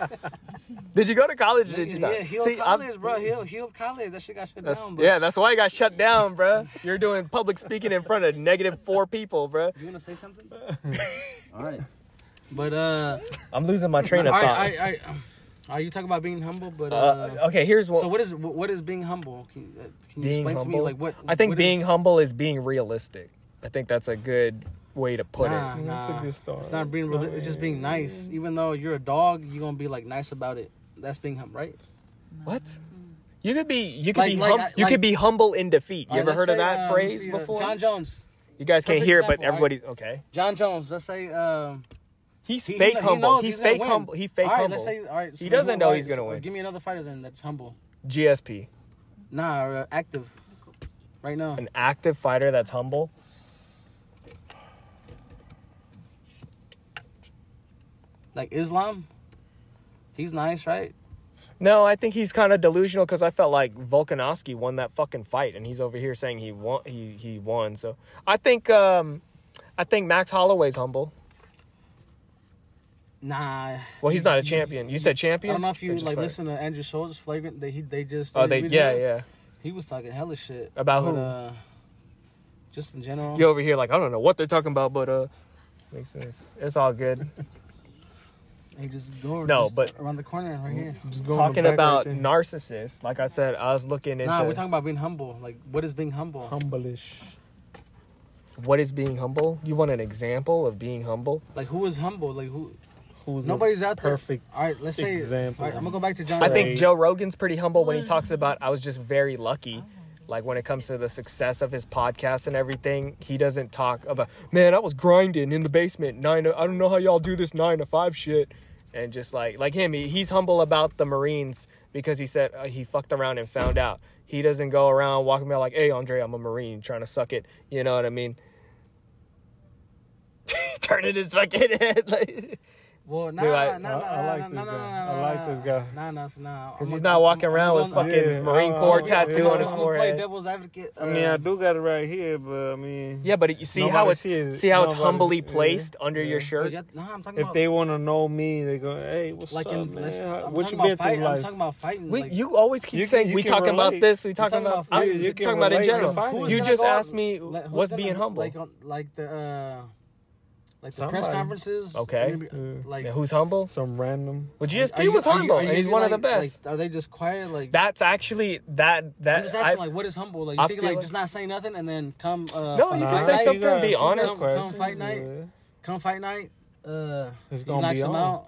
C: Did you go to college? Or did you not?
B: yeah, Hill
C: See, I'm-
B: College, bro. Hill Hill College. That shit got shut
C: That's,
B: down. Bro.
C: yeah, that's why I got shut down, bro. You're doing public speaking in front of negative four people, bro.
B: You want to say something? All right. But uh,
C: I'm losing my train of
B: all right,
C: thought.
B: all right, all right. Are you talking about being humble? But uh,
C: Uh, okay, here's what.
B: so what is what is being humble? Can, uh, can you
C: being
B: explain
C: humble.
B: to me like what?
C: I think
B: what
C: being
B: is-
C: humble is being realistic. I think that's a good way to put
B: Nah,
C: it.
A: That's a
B: nah.
A: good start.
B: It's not being. Reali- it's just being nice. Even though you're a dog, you're gonna be like nice about it. That's being humble, right?
C: What? You could be you could
B: Like-
C: be
B: like
C: hum-
B: I-
C: you could
B: like-
C: be humble in defeat. You
B: All right,
C: ever
B: let's
C: heard of
B: say,
C: that
B: uh, let me
C: phrase
B: see, uh,
C: before?
B: John Jones.
C: you guys can't
B: perfect
C: hear, but
B: example, all right.
C: everybody's okay.
B: John Jones. Let's say. Um,
C: He's
B: he- he
C: fake
B: kn- he
C: humble.
B: knows
C: he's,
B: he's gonna
C: fake
B: win.
C: humble. He fake
B: all right.
C: humble.
B: Let's say. All right.
C: He doesn't
B: who
C: know he's
B: writes-
C: gonna win.
B: Give me another fighter then that's humble.
C: GSP,
B: Nah, uh, active. Right now.
C: an active fighter that's humble.
B: Like Islam. He's nice, right?
C: No, I think he's kind of delusional because I felt like Volkanovski won that fucking fight, and he's over here saying he won. He he won. So I think um, I think Max Holloway's humble.
B: Nah.
C: Well, he's not a champion. You said
B: I
C: champion.
B: don't know if
C: Or
B: you
C: just
B: like
C: fighter?
B: listen to Andrew Schultz flagrant. They he, they just.
C: Oh, they yeah yeah.
B: He was talking hella shit
C: About
B: but,
C: who?
B: Uh, just in general.
C: You over here like I don't know what they're talking about, but uh, makes sense. It's all good.
B: He just go
C: No,
B: just
C: but-
B: around the corner right here.
A: Just go in the
C: Talking
A: back
C: about
A: right there.
C: narcissists, like I said, I was looking into
B: Nah, we're talking about being humble. Like, what is being humble?
A: humbleish.
C: what is being humble. You want an example of being humble?
B: Like, who is humble? Like, who?
A: Who's a
B: Nobody's out there.
A: perfect
B: All right, let's say.
A: example.
B: All right, I'm gonna go back to John.
C: I think
A: Right.
C: Joe Rogan's pretty humble
A: Mm.
C: when he talks about I was just very lucky. Like when it comes to the success of his podcast and everything, he doesn't talk about man, I was grinding in the basement nine. To, I don't know how y'all do this nine to five shit, and just like like him, he, he's humble about the Marines because he said uh, he fucked around and found out. He doesn't go around walking around like, hey Andre, I'm a Marine trying to suck it. You know what I mean? Turning his fucking head like.
B: Well, nah,
C: Dude,
B: nah, nah,
C: I-
B: nah,
A: I- I like
B: nah,
A: this
B: nah,
A: guy.
B: nah, nah,
A: I like
B: nah,
A: this guy.
B: Nah, nah, so nah.
C: Because he's not walking around with
A: gonna-
C: fucking
A: Yeah,
C: Marine
A: I'm-
C: Corps
A: I'm-
C: tattoo
A: yeah,
C: on his
A: I'm
B: gonna Play
C: forehead.
B: devil's advocate.
A: I mean, I do got it right here, but I mean,
C: Yeah, but you see
A: Nobody
C: how it's
A: sees it.
C: see how it's
A: Nobody-
C: humbly
A: yeah,
C: placed under your
A: yeah.
B: Bro,
C: shirt.
B: yeah, nah, I'm talking
A: if
B: about
A: they want to know me, they go, "Hey, what's
B: like
A: up,
B: in
A: man?
B: let's-
A: How-
B: I'm
A: what
B: talking
A: you been
B: about fight-
A: through
B: I'm
A: life?"
B: talking about fighting.
C: We,
B: like,
C: you always keep
A: You can-
C: saying
A: you
C: we
A: can
C: talking about
A: relate.
C: this, we talking
B: talking
C: about
B: about
C: I-
B: food,
A: you
C: you
A: can
C: talking about in
A: relate to
C: general.
A: fighting.
B: who's
A: Who's
C: You
B: gonna
C: just
B: go-
C: asked me
B: like, who's
C: what's
B: gonna-
C: being humble.
B: Like, on- like the uh, like the press
A: Somebody. Mm.
B: conferences.
C: Okay.
B: you're gonna be-
A: Yeah.
B: Like
C: Yeah, who's humble?
A: Some random.
C: Well,
B: are
C: GSP
B: you-
C: was
B: are you-
C: humble,
B: are you
C: and he's
B: gonna
C: one
B: be
C: of the
B: like-
C: best.
B: Like, are they just quiet? Like
C: That's actually that
B: I'm
C: that
B: just
C: I,
B: asking, like, what is humble? Like,
C: I
B: you think
C: feel
B: like
C: like-
B: just not say nothing and then come? Uh,
C: No,
B: fight
C: you can
B: night?
C: say
A: you
C: something,
A: got
C: be
A: a few
C: honest.
A: questions,
B: Come fight night.
A: yeah.
B: Come fight night. Uh,
A: It's
B: he
A: gonna
B: knocks
A: be
B: him
A: on.
B: out.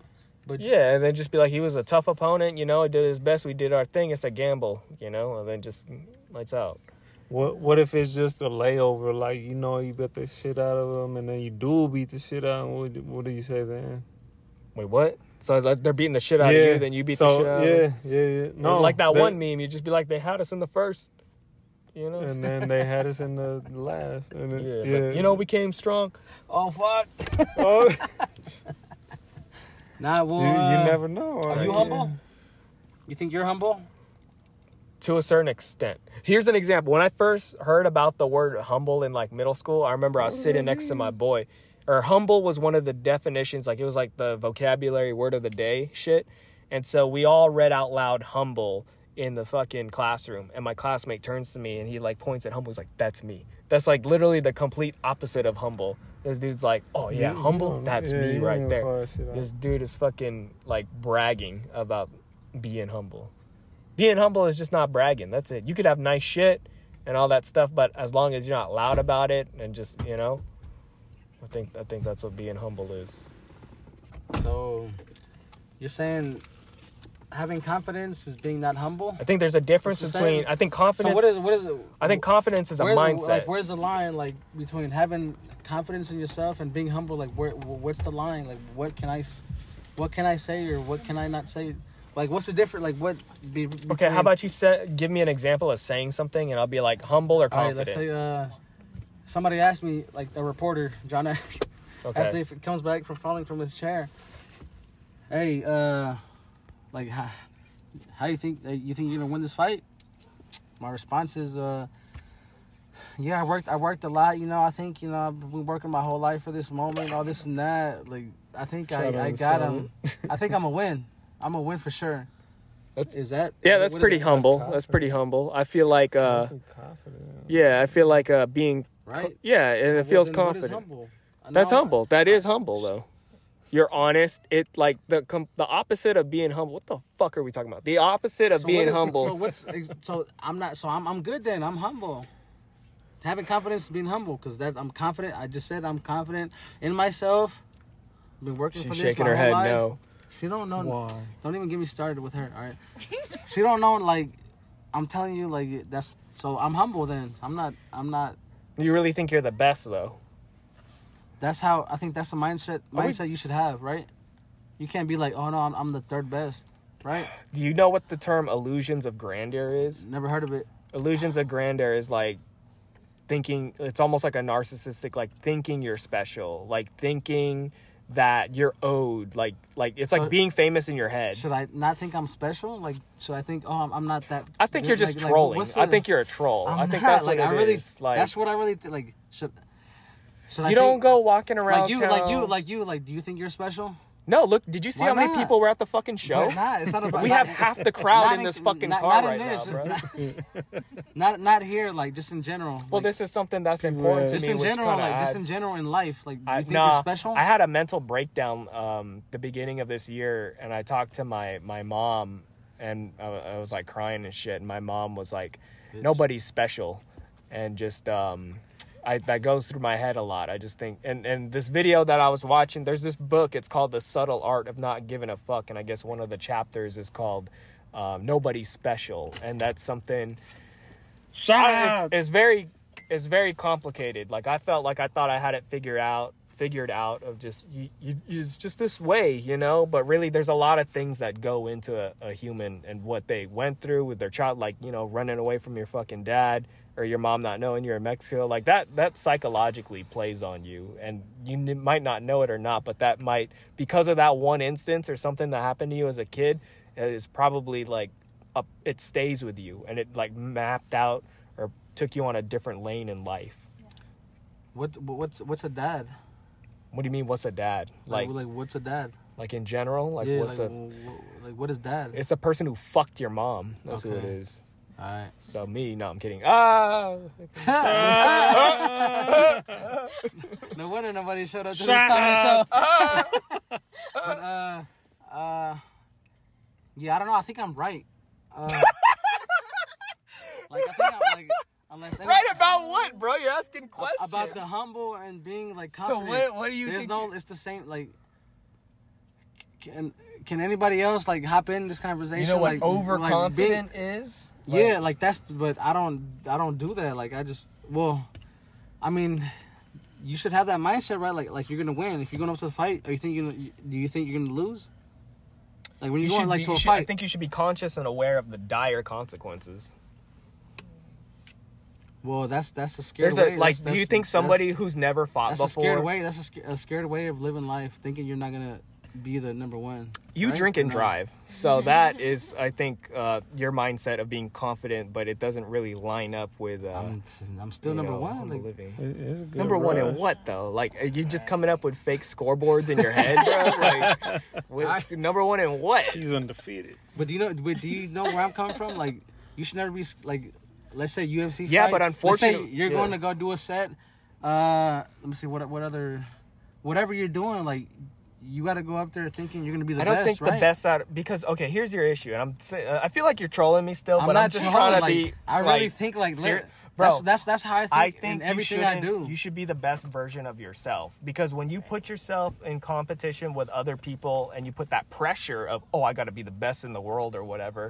B: But
C: yeah, and then just be like he was a tough opponent. You know, did his best. We did our thing. It's a gamble, you know, and then just lights out.
A: What What if it's just a layover? Like you know, you bet the shit out of them, and then you do beat the shit out. And what, what do you say then?
C: Wait, what? So like, they're beating the shit out of you, then you beat the
A: so,
C: shit out of
A: yeah,
C: them.
A: Yeah, yeah,
C: No,
A: No,
C: like that
A: they-
C: one meme. You just be like, they had us in the first. You know.
A: And then they had us in the last. And
C: yeah,
A: it,
C: but,
A: yeah.
C: you know, we came strong.
B: oh fuck.
A: Oh, you,
B: Nah, well,
A: you
B: uh,
A: never know.
B: Are
A: right?
B: you
A: Yeah.
B: humble? You think you're humble?
C: to a certain extent. Here's an example. When I first heard about the word humble in like middle school, I remember I was sitting next to my
A: Mm.
C: boy. Or humble was one of the definitions, like it was like the vocabulary word of the day shit. And so we all read out loud humble in the fucking classroom. And my classmate turns to me and he like points at humble. He's like, that's me. That's like literally the complete opposite of humble. This dude's like, oh yeah,
A: You- you
C: humble,
A: don't-
C: that's
A: yeah, you
C: me
A: don't
C: right
A: even
C: there.
A: call that shit out.
C: This dude is fucking like bragging about being humble. Being humble is just not bragging. That's it. You could have nice shit and all that stuff, but as long as you're not loud about it and just you know, I think I think that's what being humble is.
B: So, you're saying having confidence is being not humble.
C: I think there's a difference
B: It's the
C: between.
B: same.
C: I think confidence.
B: So what is what is it?
C: I think confidence is a
B: where's
C: mindset.
B: The, like, where's the line like between having confidence in yourself and being humble? Like, where wh- what's the line? Like, what can I, s- what can I say or what can I not say? Like, what's the difference? Like, what? Be,
C: okay, how about you say, give me an example of saying something, and I'll be like humble or
B: All right,
C: confident.
B: let's say uh, somebody asked me like a reporter John F-
C: okay.
B: after he f- comes back from falling from his chair. Hey, uh, like how, how do you think uh, you think you're gonna win this fight? My response is, uh, yeah, I worked. I worked a lot. You know, I think you know I've been working my whole life for this moment, all this and that. Like, I think
C: Shout out
B: I, I
C: to
B: got
C: Sam.
B: him. I think I'm a win. I'm a win for sure.
C: That's-
B: is that?
C: Yeah, that's
B: what is
C: pretty
B: it?
C: humble.
A: That's
C: That's pretty humble. I feel like, uh,
A: I'm so confident.
C: yeah, I feel like uh, being,
B: right?
C: yeah, and
B: So
C: it
B: what-
C: feels
B: then what is
C: confident.
B: humble? I
C: That's
B: know-
C: humble. That is humble though. You're honest. It like the com- the opposite of being humble. What the fuck are we talking about? The opposite of
B: So what
C: being
B: is-
C: humble.
B: So what's ex- so I'm not so I'm I'm good then. I'm humble. Having confidence is being humble because that I'm confident. I just said I'm confident in myself. I've been working for
C: She's
B: this
C: shaking
B: my
C: her
B: whole
C: head
B: life.
C: no.
B: She don't know. Don't even get me started with her. All right. she don't know. Like I'm telling you, like that's so I'm humble then. I'm not. I'm not.
C: You really think you're the best though.
B: That's how I think that's the mindset
C: Are we-
B: mindset you should have, right? You can't be like, oh no, I'm, I'm the third best, right?
C: Do you know what the term illusions of grandeur is?
B: Never heard of it.
C: Illusions of grandeur is like thinking it's almost like a narcissistic like thinking you're special, like thinking that you're owed, like like it's like
B: So-
C: being famous in your head.
B: Should I not think I'm special? Like, should I think, oh, I'm, I'm not that?
C: I think
B: good?
C: you're just
B: Like- like,
C: trolling.
B: what's
C: I
B: the-
C: think you're a troll.
B: I'm
C: i think
B: not.
C: that's
B: like
C: what
B: I
C: it
B: really
C: is. Like
B: that's what I really think. Like, should should I?
C: you don't
B: think-
C: go walking around
B: like you, like you,
C: town-
B: like you, like. Do you think you're special?
C: No, look, did you see
B: Why
C: how many
B: not?
C: people were at the fucking show?
B: Why not? It's not about.
C: we
B: not-
C: have half the crowd
B: not
C: in this
B: in-
C: fucking
B: not-
C: car
B: not in
C: right
B: this.
C: now, bro.
B: Not not here, like just in general.
C: well,
B: like,
C: this is something that's important to
B: just
C: me.
B: in
C: which
B: general,
C: kinda
B: like just
C: adds-
B: in general in life, like do you
C: I-
B: think
C: nah,
B: you're special?
C: I had a mental breakdown um, the beginning of this year, and I talked to my my mom, and I, wa- I was like crying and shit. And my mom was like, "Nobody's special," and just um, I that goes through my head a lot. I just think, and and this video that I was watching, there's this book. It's called The Subtle Art of Not Giving a Fuck, and I guess one of the chapters is called um, "Nobody's Special," and that's something.
A: Shout
C: I-
A: out.
C: it's, it's very it's very complicated like i felt like i thought i had it figured out figured out of just you, you it's just this way you know but really there's a lot of things that go into a, a human and what they went through with their child like you know running away from your fucking dad or your mom not knowing you're in mexico like that that psychologically plays on you and you n- might not know it or not but that might because of that one instance or something that happened to you as a kid is probably like up it stays with you and it like mapped out or took you on a different lane in life
B: what what's what's a dad?
C: what do you mean what's a dad like
B: Like like, what's a dad?
C: like in general like
B: yeah,
C: what's
B: like,
C: a
B: wh- wh- like what is dad?
C: it's a person who fucked your mom that's who it
B: Okay.
C: is
B: All right.
C: so me no i'm kidding ah
B: No wonder nobody showed up to this
A: Shut
B: comedy show.
A: up.
B: but uh, uh, yeah, I don't know. I think I'm right. Uh, like I think I'm like unless any-
C: right about what bro you're asking questions
B: about the humble and being like
C: so
B: confident.
C: what, what do you
B: There's
C: think
B: no. It's the same. Like, can can anybody else like hop in this conversation?
C: you know what
B: like, like, being-
C: overconfident is
B: yeah, like that's. But I don't. I don't do that. Like I just. Well, I mean, you should have that mindset, right? Like, like you're gonna win. If you're going up to the fight, are you think you do you think you're gonna lose? Like when
C: you
B: you're going
C: should
B: like
C: be-
B: to
C: you
B: a
C: should- i
B: fight.
C: think you should be conscious and aware of the dire consequences
B: well, that's that's a scared
C: There's
B: way.
C: a like.
B: That's-
C: do you
B: that's-
C: think somebody who's never fought
B: That's, that's a
C: before?
B: scared way. That's a, sc- a scared way of living life, thinking you're not gonna be the number one.
C: You
B: right?
C: drink and
B: No.
C: drive, so that is, I think, uh, your mindset of being confident, but it doesn't really line up with. Uh,
B: I'm, I'm still
C: you
B: number
C: know,
B: one.
C: humble
B: Like,
C: living.
A: It- it's a good
C: Number one in
A: rush.
C: what though? Like are you just coming up with fake scoreboards in your head, bro? Like, what's- number one in what?
A: He's undefeated.
B: But do you know? But do you know where I'm coming from? Like, you should never be like, let's say UFC.
C: Yeah,
B: fight. Let's
C: but
B: say
C: unfortunate-
B: you're
C: yeah.
B: going to go do a set. Uh, let me see what what other, whatever you're doing, like you got to go up there thinking you're gonna be the
C: I don't
B: best,
C: think
B: right?
C: the best out because okay, here's your issue, and I'm say- uh, I feel like you're trolling me still,
B: I'm
C: but
B: not
C: I'm just
B: trolling,
C: trying to
B: like,
C: be.
B: I really
C: like,
B: think like,
C: ser-
B: let-
C: bro.
B: that's, that's that's how I think,
C: I
B: in
C: think
B: everything I do.
C: You should be the best version of yourself because when you put yourself in competition with other people and you put that pressure of oh I got to be the best in the world or whatever,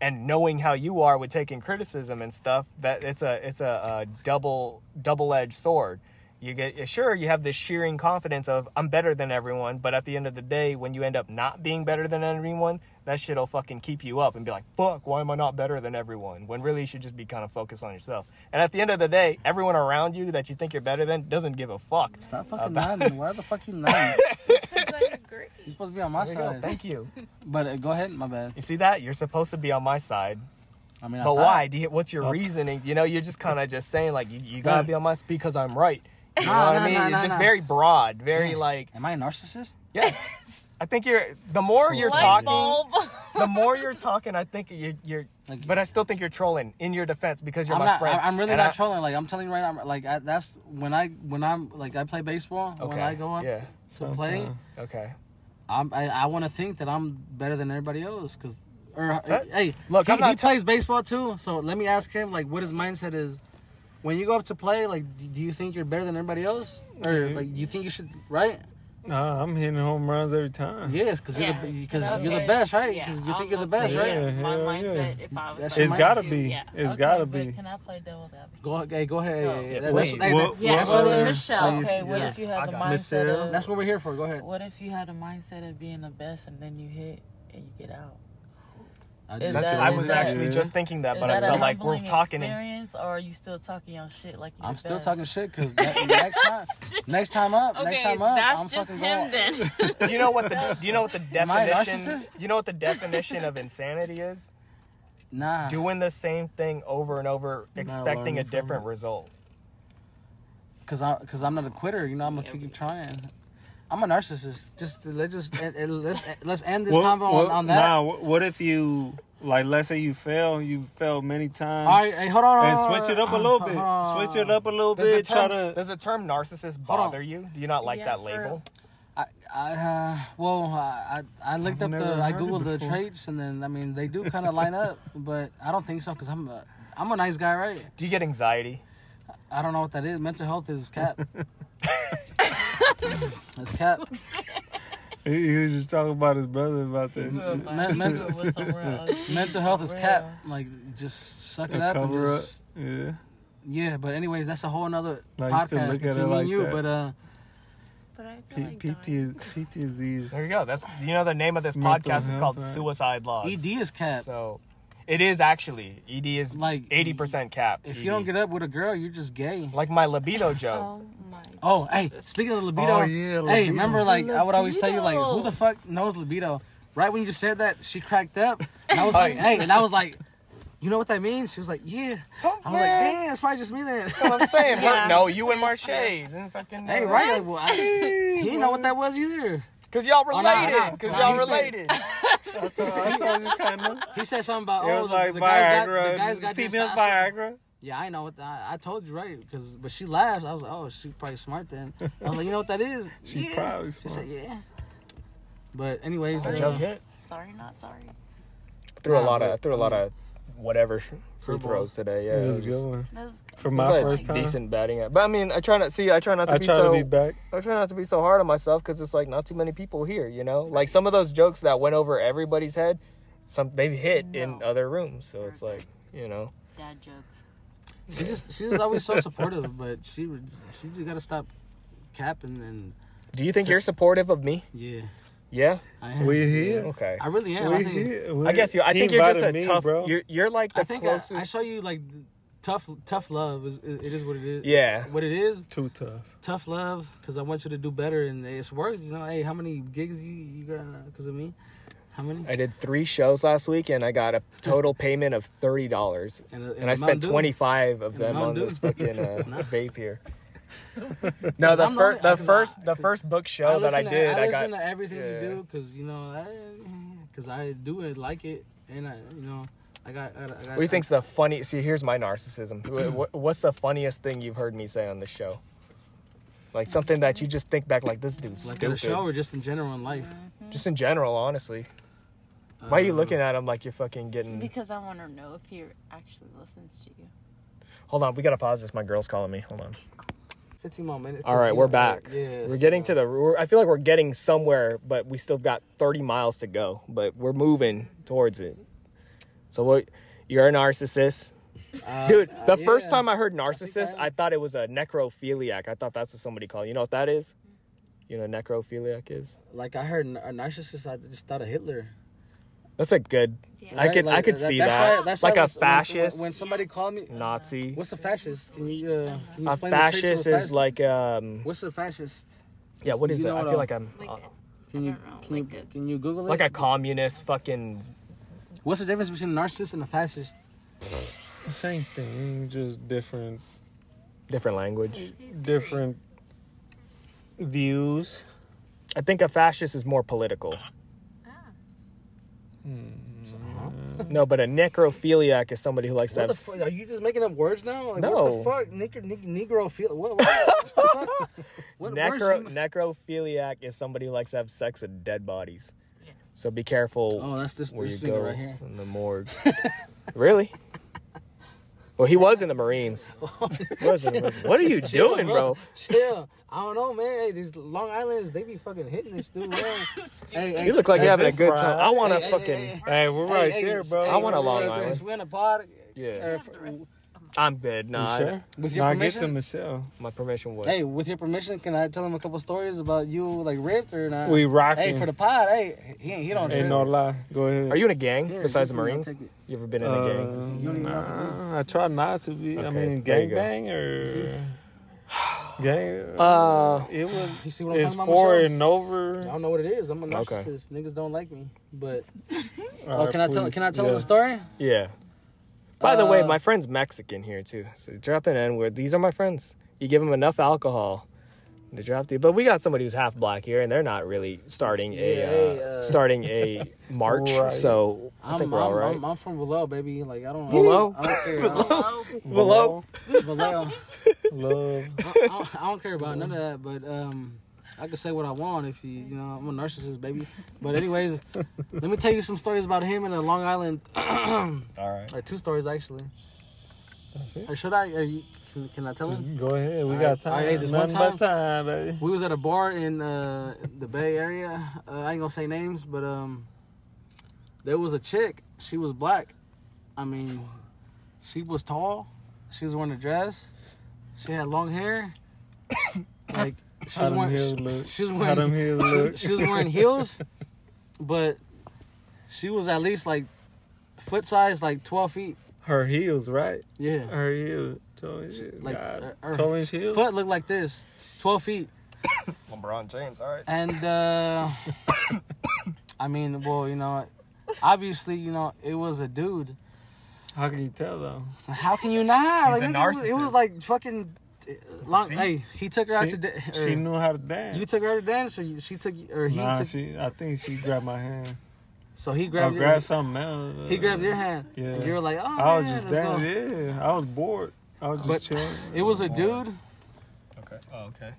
C: and knowing how you are with taking criticism and stuff, that it's a it's a, a double double edged sword. You get sure you have this shearing confidence of I'm better than everyone, but at the end of the day, when you end up not being better than everyone, that shit'll fucking keep you up and be like, fuck, why am I not better than everyone? When really you should just be kind of focused on yourself. And at the end of the day, everyone around you that you think you're better than doesn't give a fuck.
B: Stop fucking nodding. Why the fuck you nodding?
D: I agree.
B: You're supposed to be on my
C: There you go.
B: side.
C: Thank you.
B: But uh, go ahead, my bad.
C: You see that? You're supposed to be on my side.
B: I mean, I
C: But
B: thought-
C: why? Do you, what's your
B: Okay.
C: reasoning? You know, you're just kind of just saying like you, you gotta be on my because I'm right. You know
B: Nah,
C: what
B: nah,
C: I mean?
B: nah,
C: it's
B: nah,
C: just
B: nah.
C: very broad, very
B: Damn.
C: like
B: Am I a narcissist?
C: yes. I think you're the more you're
D: Light
C: talking,
D: bulb.
C: the more you're talking. I think you, you're,
B: Like-
C: but I still think you're trolling in your defense because you're
B: I'm
C: my
B: not.
C: friend.
B: I- I'm really
C: And
B: not
C: I-
B: trolling. Like I'm telling you right now, I'm- like I, that's when I when I'm like I play baseball. When
C: Okay,
B: I go up
C: yeah.
B: to play,
A: Okay.
C: Okay.
B: I'm, I I want to think that I'm better than everybody else because. Or
C: That-
B: hey,
C: look,
B: look, he,
C: I'm not
B: he
C: tell-
B: plays baseball too. So let me ask him, like, what his mindset is when you go up to play. Like, do you think you're better than everybody else, or
A: Mhm.
B: like you think you should, right?
A: Nah, I'm hitting home runs every time.
B: Yes, because you're the
D: Yeah.
B: because
D: Okay.
B: you're the best, right?
D: Yeah,
B: Because
D: I
B: you think
D: was
B: you're the
D: gonna
B: best,
D: say,
B: right?
A: Yeah,
D: My
A: hell
D: mindset,
A: yeah.
D: if I was
B: That's
D: like
A: It's
B: Mine
A: gotta
D: you,
A: be.
D: yeah.
A: It's
E: Okay,
A: gotta
E: but
A: be.
E: Can I play devil's advocate?
B: Go hey, go ahead.
E: No.
B: yeah,
A: Yeah,
B: yeah, that's,
A: please.
B: that-
A: What-
D: Yeah,
A: what
B: what-
A: other-
D: Michelle.
A: please,
E: Okay, what
A: yeah.
E: if you had the
C: I got it.
A: Miss
E: mindset
A: Sarah?
E: of
B: that's what we're here for. Go ahead.
E: what if you had a mindset of being the best and then you hit and you get out?
B: I
E: Is
C: That's,
E: that-
C: I
E: is
C: was
E: that-
C: actually just thinking that,
E: Is
C: but I
E: that a
C: felt like we're
E: humbling
C: talking. in-
E: experience, or are you still talking your shit like you
B: I'm
E: the
B: still
E: best?
B: talking shit because next time, next time up,
D: Okay,
B: next time up,
D: that's
B: I'm
D: just
B: fucking
D: him
B: going.
D: then.
C: Do you know what the do you know what the
B: Am I a
C: definition?
B: narcissist?
C: You know what the definition of insanity is?
B: Nah,
C: Doing the same thing over and over, expecting a
A: learning from
C: different result.
B: because I because I'm not a quitter. You know, I'm gonna keep trying. I'm a narcissist. Just let's just and- and let's eh, let's end this
A: What-
B: convo on,
A: what-
B: on that.
A: Nah, what, what if you like? Let's say you fail. You failed many times.
B: All right, hey, hold on, hold on,
A: And switch it up a
B: hold
A: little
B: on,
A: bit.
B: hold on.
A: Switch it up a little
C: Does the
A: bit. Try
C: term,
A: to.
C: does the term narcissist
B: Hold on.
C: bother you? Do you not like
D: Yeah,
C: that
D: for-
C: label?
B: I, I uh, well, I I I looked
A: I've
B: up
A: never
B: the I
A: heard it
B: googled the
A: before.
B: traits, and then I mean they do kind of line up, but I don't think so because I'm a I'm a nice guy, right?
C: Do you get anxiety?
B: I don't know what that is. Mental health is cap. It's cap.
A: He, he was just talking about his brother about this.
E: We'll
A: shit.
E: find
B: Men-
E: you
B: mental-
E: with some real OG,
B: Mental health is
E: for
B: cap.
E: real.
B: Like just suck it
A: A
B: up and
A: cover up.
B: just
A: Yeah.
B: yeah. But anyways, that's a whole another
A: Like, you still
B: podcast
A: look at it
B: between me
A: like
B: and you.
A: that.
B: But uh,
D: But I
A: P-
D: feel like dying.
A: PTS- PTSDs.
C: There you go. That's you know the name of this
A: It's mental
C: podcast is
A: health,
C: called
A: right?
C: Suicide Laws.
B: ED E is cap.
C: So it is actually ED is
B: Like,
C: like eighty percent E cap.
B: if
C: ED.
B: you don't get up with a girl, you're just gay.
C: like my libido joke.
D: Oh my.
B: Oh, hey, speaking of libido,
A: Oh, yeah,
B: hey,
A: libido.
B: remember like I would always tell you like who
D: Libido.
B: the fuck knows libido? Right when you said that, she cracked up. And I was
C: Oh,
B: like,
C: yeah.
B: hey, and I was like, you know what that means? She was like, yeah. I was like,
C: Man,
B: damn, it's probably just me then.
C: that's what I'm saying. Her-
D: Yeah.
C: no, you and Marche. Didn't fucking uh,
B: hey, right? Well, I, he didn't know what that was either.
C: Because y'all
B: Oh, nah, nah.
C: related. Because
B: Nah,
C: y'all
B: he said-
C: related.
A: I told, I told you kind of.
B: He said something about
A: It
B: oh,
A: was
B: the,
A: like
B: the guys
A: Viagra.
B: got, the guys got
A: female
B: testosterone.
A: Viagra.
B: Yeah, I know what the, I, I told you right because but she laughed. I was like, oh, she probably smart then. I was like, you know what that is?
A: She
B: yeah.
A: probably
B: She said,
A: smart.
B: yeah. But anyways, uh,
D: Sorry, not sorry. Um,
C: Threw a
B: Nah,
C: lot of
B: but,
C: threw a lot of whatever sh- free
B: Free
C: throws
B: balls.
C: today. Yeah,
A: It was a
C: just-
A: good one.
D: That was
A: For
C: it
A: my
C: was a
A: first time.
C: decent batting. at- But I mean, I try not see. I try not to
A: I
C: be
A: try
C: so.
A: to be back.
C: I try not to be so hard on myself because it's like not too many people here. You know, like some of those jokes that went over everybody's head, some they've hit in
D: No.
C: other rooms. So it's like you know.
D: dad
C: Mm-hmm.
D: jokes.
B: she just she was always so supportive, but she would- she just gotta stop capping and
C: Do you think you're supportive of me?
B: yeah.
C: Yeah.
B: I am.
A: We here.
C: Okay.
B: I really am. I
A: We
B: think.
A: here. We-
C: I guess you. I
A: He
C: think you're just a
A: invited me,
C: tough.
A: bro.
C: You're you're like the
B: I think I,
C: closest.
B: I show you like tough tough love is it it is what it is.
C: Yeah.
B: What it is
A: Too tough.
B: tough love because I want you to do better and it's work. You know, hey, how many gigs you you got because of me? How many?
C: I did three shows last week and I got a total payment of thirty dollars.
B: And, a-
C: And I
B: a Mountain
C: spent
B: Dew.
C: twenty five of
B: And a
C: them on
B: Mountain Dew.
C: this fucking uh,
B: Nah.
C: vape here. No, the,
B: I'm the
C: fir-
B: only-
C: the
B: 'cause I-
C: first the first book show that I
B: listen to-
C: did, I,
B: I
C: got
B: listen to everything
C: yeah.
B: you do because you know, because I do it, like it, and I you know, I got. I, got- I got
C: What do you think's the funny? See, here's my narcissism. Wh- wh- What's the funniest thing you've heard me say on this show? Like something that you just think back, like this dude's
B: like in a
C: stupid.
B: show or just in general in life.
C: Just in general, honestly. Why are you
B: Um,
C: looking at him like you're fucking getting?
D: Because I want to know if he actually listens to you.
C: Hold on, we gotta pause this. My girl's calling me. Hold on.
B: 15 more minutes.
C: All right, we're back.
B: Yeah,
C: we're getting to the. We're, I feel like we're getting somewhere, but we still got 30 miles to go. But we're moving towards it. So what? You're a narcissist,
B: uh,
C: dude. The first time I heard narcissist,
B: I-
C: I, thought it was a necrophiliac. I thought that's what somebody called. You know what that is? You know what necrophiliac is?
B: like I heard n- a narcissist, I just thought of Hitler.
C: That's a good.
D: Yeah.
C: I
B: Right?
C: could. I
B: Like,
C: could
B: that-
C: see
B: that's
C: that.
B: why- that's
C: like
B: why
C: a
B: when- when-
C: fascist,
B: When, somebody called me,
C: Nazi.
B: what's a fascist? Can you, uh, can you
C: A
B: explain the traits of
C: fascist
B: a
C: is
B: fasc-
C: like um.
B: What's a fascist?
C: Yeah, what
B: you
C: is it?
B: know
C: I
B: what um,
C: feel
B: I'm-
C: like I'm
D: Like,
C: uh,
B: Can you
D: don't know,
B: can you
D: like a-
B: can you Google it?
C: like a communist fucking
B: What's the difference between a narcissist and a fascist?
A: Same thing, just different,
C: Different language.
A: different views.
C: I think a fascist is more political.
A: Mm.
C: No, but a necrophiliac is somebody who likes to
B: What
C: have.
B: the
C: s-
B: fuck? Are you just making up words now? Like,
C: No.
B: What the fuck? Negro, neg- negro feel. What? What? what, what words
C: Necro-
B: you-
C: necrophiliac is somebody who likes to have sex with dead bodies.
D: Yes.
C: So be careful
B: Oh, that's this,
C: where
B: this
C: you
B: singer
C: go
B: right here.
C: in the morgue. really? Well, he was in the Marines. He was in the Marines. What are you
B: Chill,
C: doing, bro?
B: Chill. I don't know, man. Hey, these Long Islanders, they be fucking hitting this dude. man. hey, hey,
C: You look like you're having a
A: this
C: good
A: ride.
C: time. I want
B: Hey,
C: to
B: hey,
C: fucking.
B: hey,
A: Hey, we're
B: hey,
A: right
B: hey,
A: there, bro.
B: hey,
C: I want a
B: since
C: Long
B: we're-
C: Island.
B: since We're in a pod.
C: Yeah,
B: er,
D: Not the rest of them.
C: I'm good. Nah,
A: You sure?
B: With your
A: Nah,
B: permission?
A: get to Michelle.
C: my permission was.
B: Hey, with your permission, can I tell him a couple stories about you, like ripped or not?
A: We rocking.
B: Uh, Hey, for the pod, hey, he he don't.
A: Ain't
B: trip.
A: no lie. Go ahead.
C: Are you in a gang
B: Here,
C: besides the
B: give me- I'll
C: Marines?
B: take it.
C: You ever been in a
A: Uh,
C: gang?
A: nah, I try not to be. I
C: Okay,
A: mean,
C: there
A: gang
C: you go.
A: bang or gang.
C: Uh,
A: it was.
B: You see what I'm talking
A: It's
B: about?
A: four
B: Michelle?
A: and
B: I
A: over.
B: don't know what it is. I'm a narcissist.
C: Okay.
B: Niggas don't like me. But oh,
A: Alright,
B: can I tell?
A: Uh, please.
B: Can I tell
A: yeah.
B: him a story?
C: Yeah. By the way,
B: Uh,
C: my friend's Mexican here too. So drop an N word. These are my friends. You give them enough alcohol, they drop the. But we got somebody who's half black here, and they're not really starting a
B: Yeah,
C: uh,
B: hey, uh,
C: starting a march.
A: Right.
C: So I
B: I'm,
C: think we're all
B: I'm-
C: right.
B: I'm, I'm from Vallejo, baby. Like I don't.
C: Vallejo?
B: I don't care. I don't-
D: Hello?
A: Below.
B: Vallejo.
A: Love.
B: I, I don't- I don't care about none of that. But um, I can say what I want if you. You know, I'm a narcissist, baby. But anyways, let me tell you some stories about him in a Long Island.
C: all right.
B: or two stories actually.
A: That's it.
B: Or should I? Or you, can, can I tell him?
A: Just go ahead. We
B: Alright,
A: got time.
B: alright, this one
A: Nothing but time, baby.
B: we was at a bar in uh, the Bay Area. Uh, I ain't gonna say names, but um, there was a chick. She was black. I mean, she was tall. She was wearing a dress. She had long hair. Like she was
A: How them
B: wearing,
A: heels
B: she,
A: look.
B: she was
A: How
B: wearing,
A: them heels look.
B: she was wearing heels, but she was at least like foot size, like twelve feet.
A: Her heels, right?
B: Yeah,
A: Her heels. Toe heels.
B: like
A: God.
B: her- her
A: Toe his heels.
B: foot looked like this, twelve feet.
C: LeBron James. All right.
B: And uh I mean, well, you know, obviously, you know, it was a dude.
A: How can you tell though?
B: How can you not?
C: He's
B: like,
C: a
B: nigga, it was- It was
C: narcissist.
B: like fucking uh, long.
A: See?
B: Hey, he took her out
A: She-
B: to. Da- or
A: She knew how to dance.
B: you took her out to dance, or you- she took, or he
A: nah,
B: took.
A: she. I think she grabbed my hand.
B: so he
A: Grab
B: grabbed
A: or
B: your.
A: grabbed something else.
B: he grabbed your hand,
A: Yeah.
B: and you were like, "Oh
A: I was
B: man,
A: just
B: let's go." It.
A: dancing. Yeah, I was bored. I was just
B: But
A: chilling.
B: was a dude.
C: Okay. Oh, okay.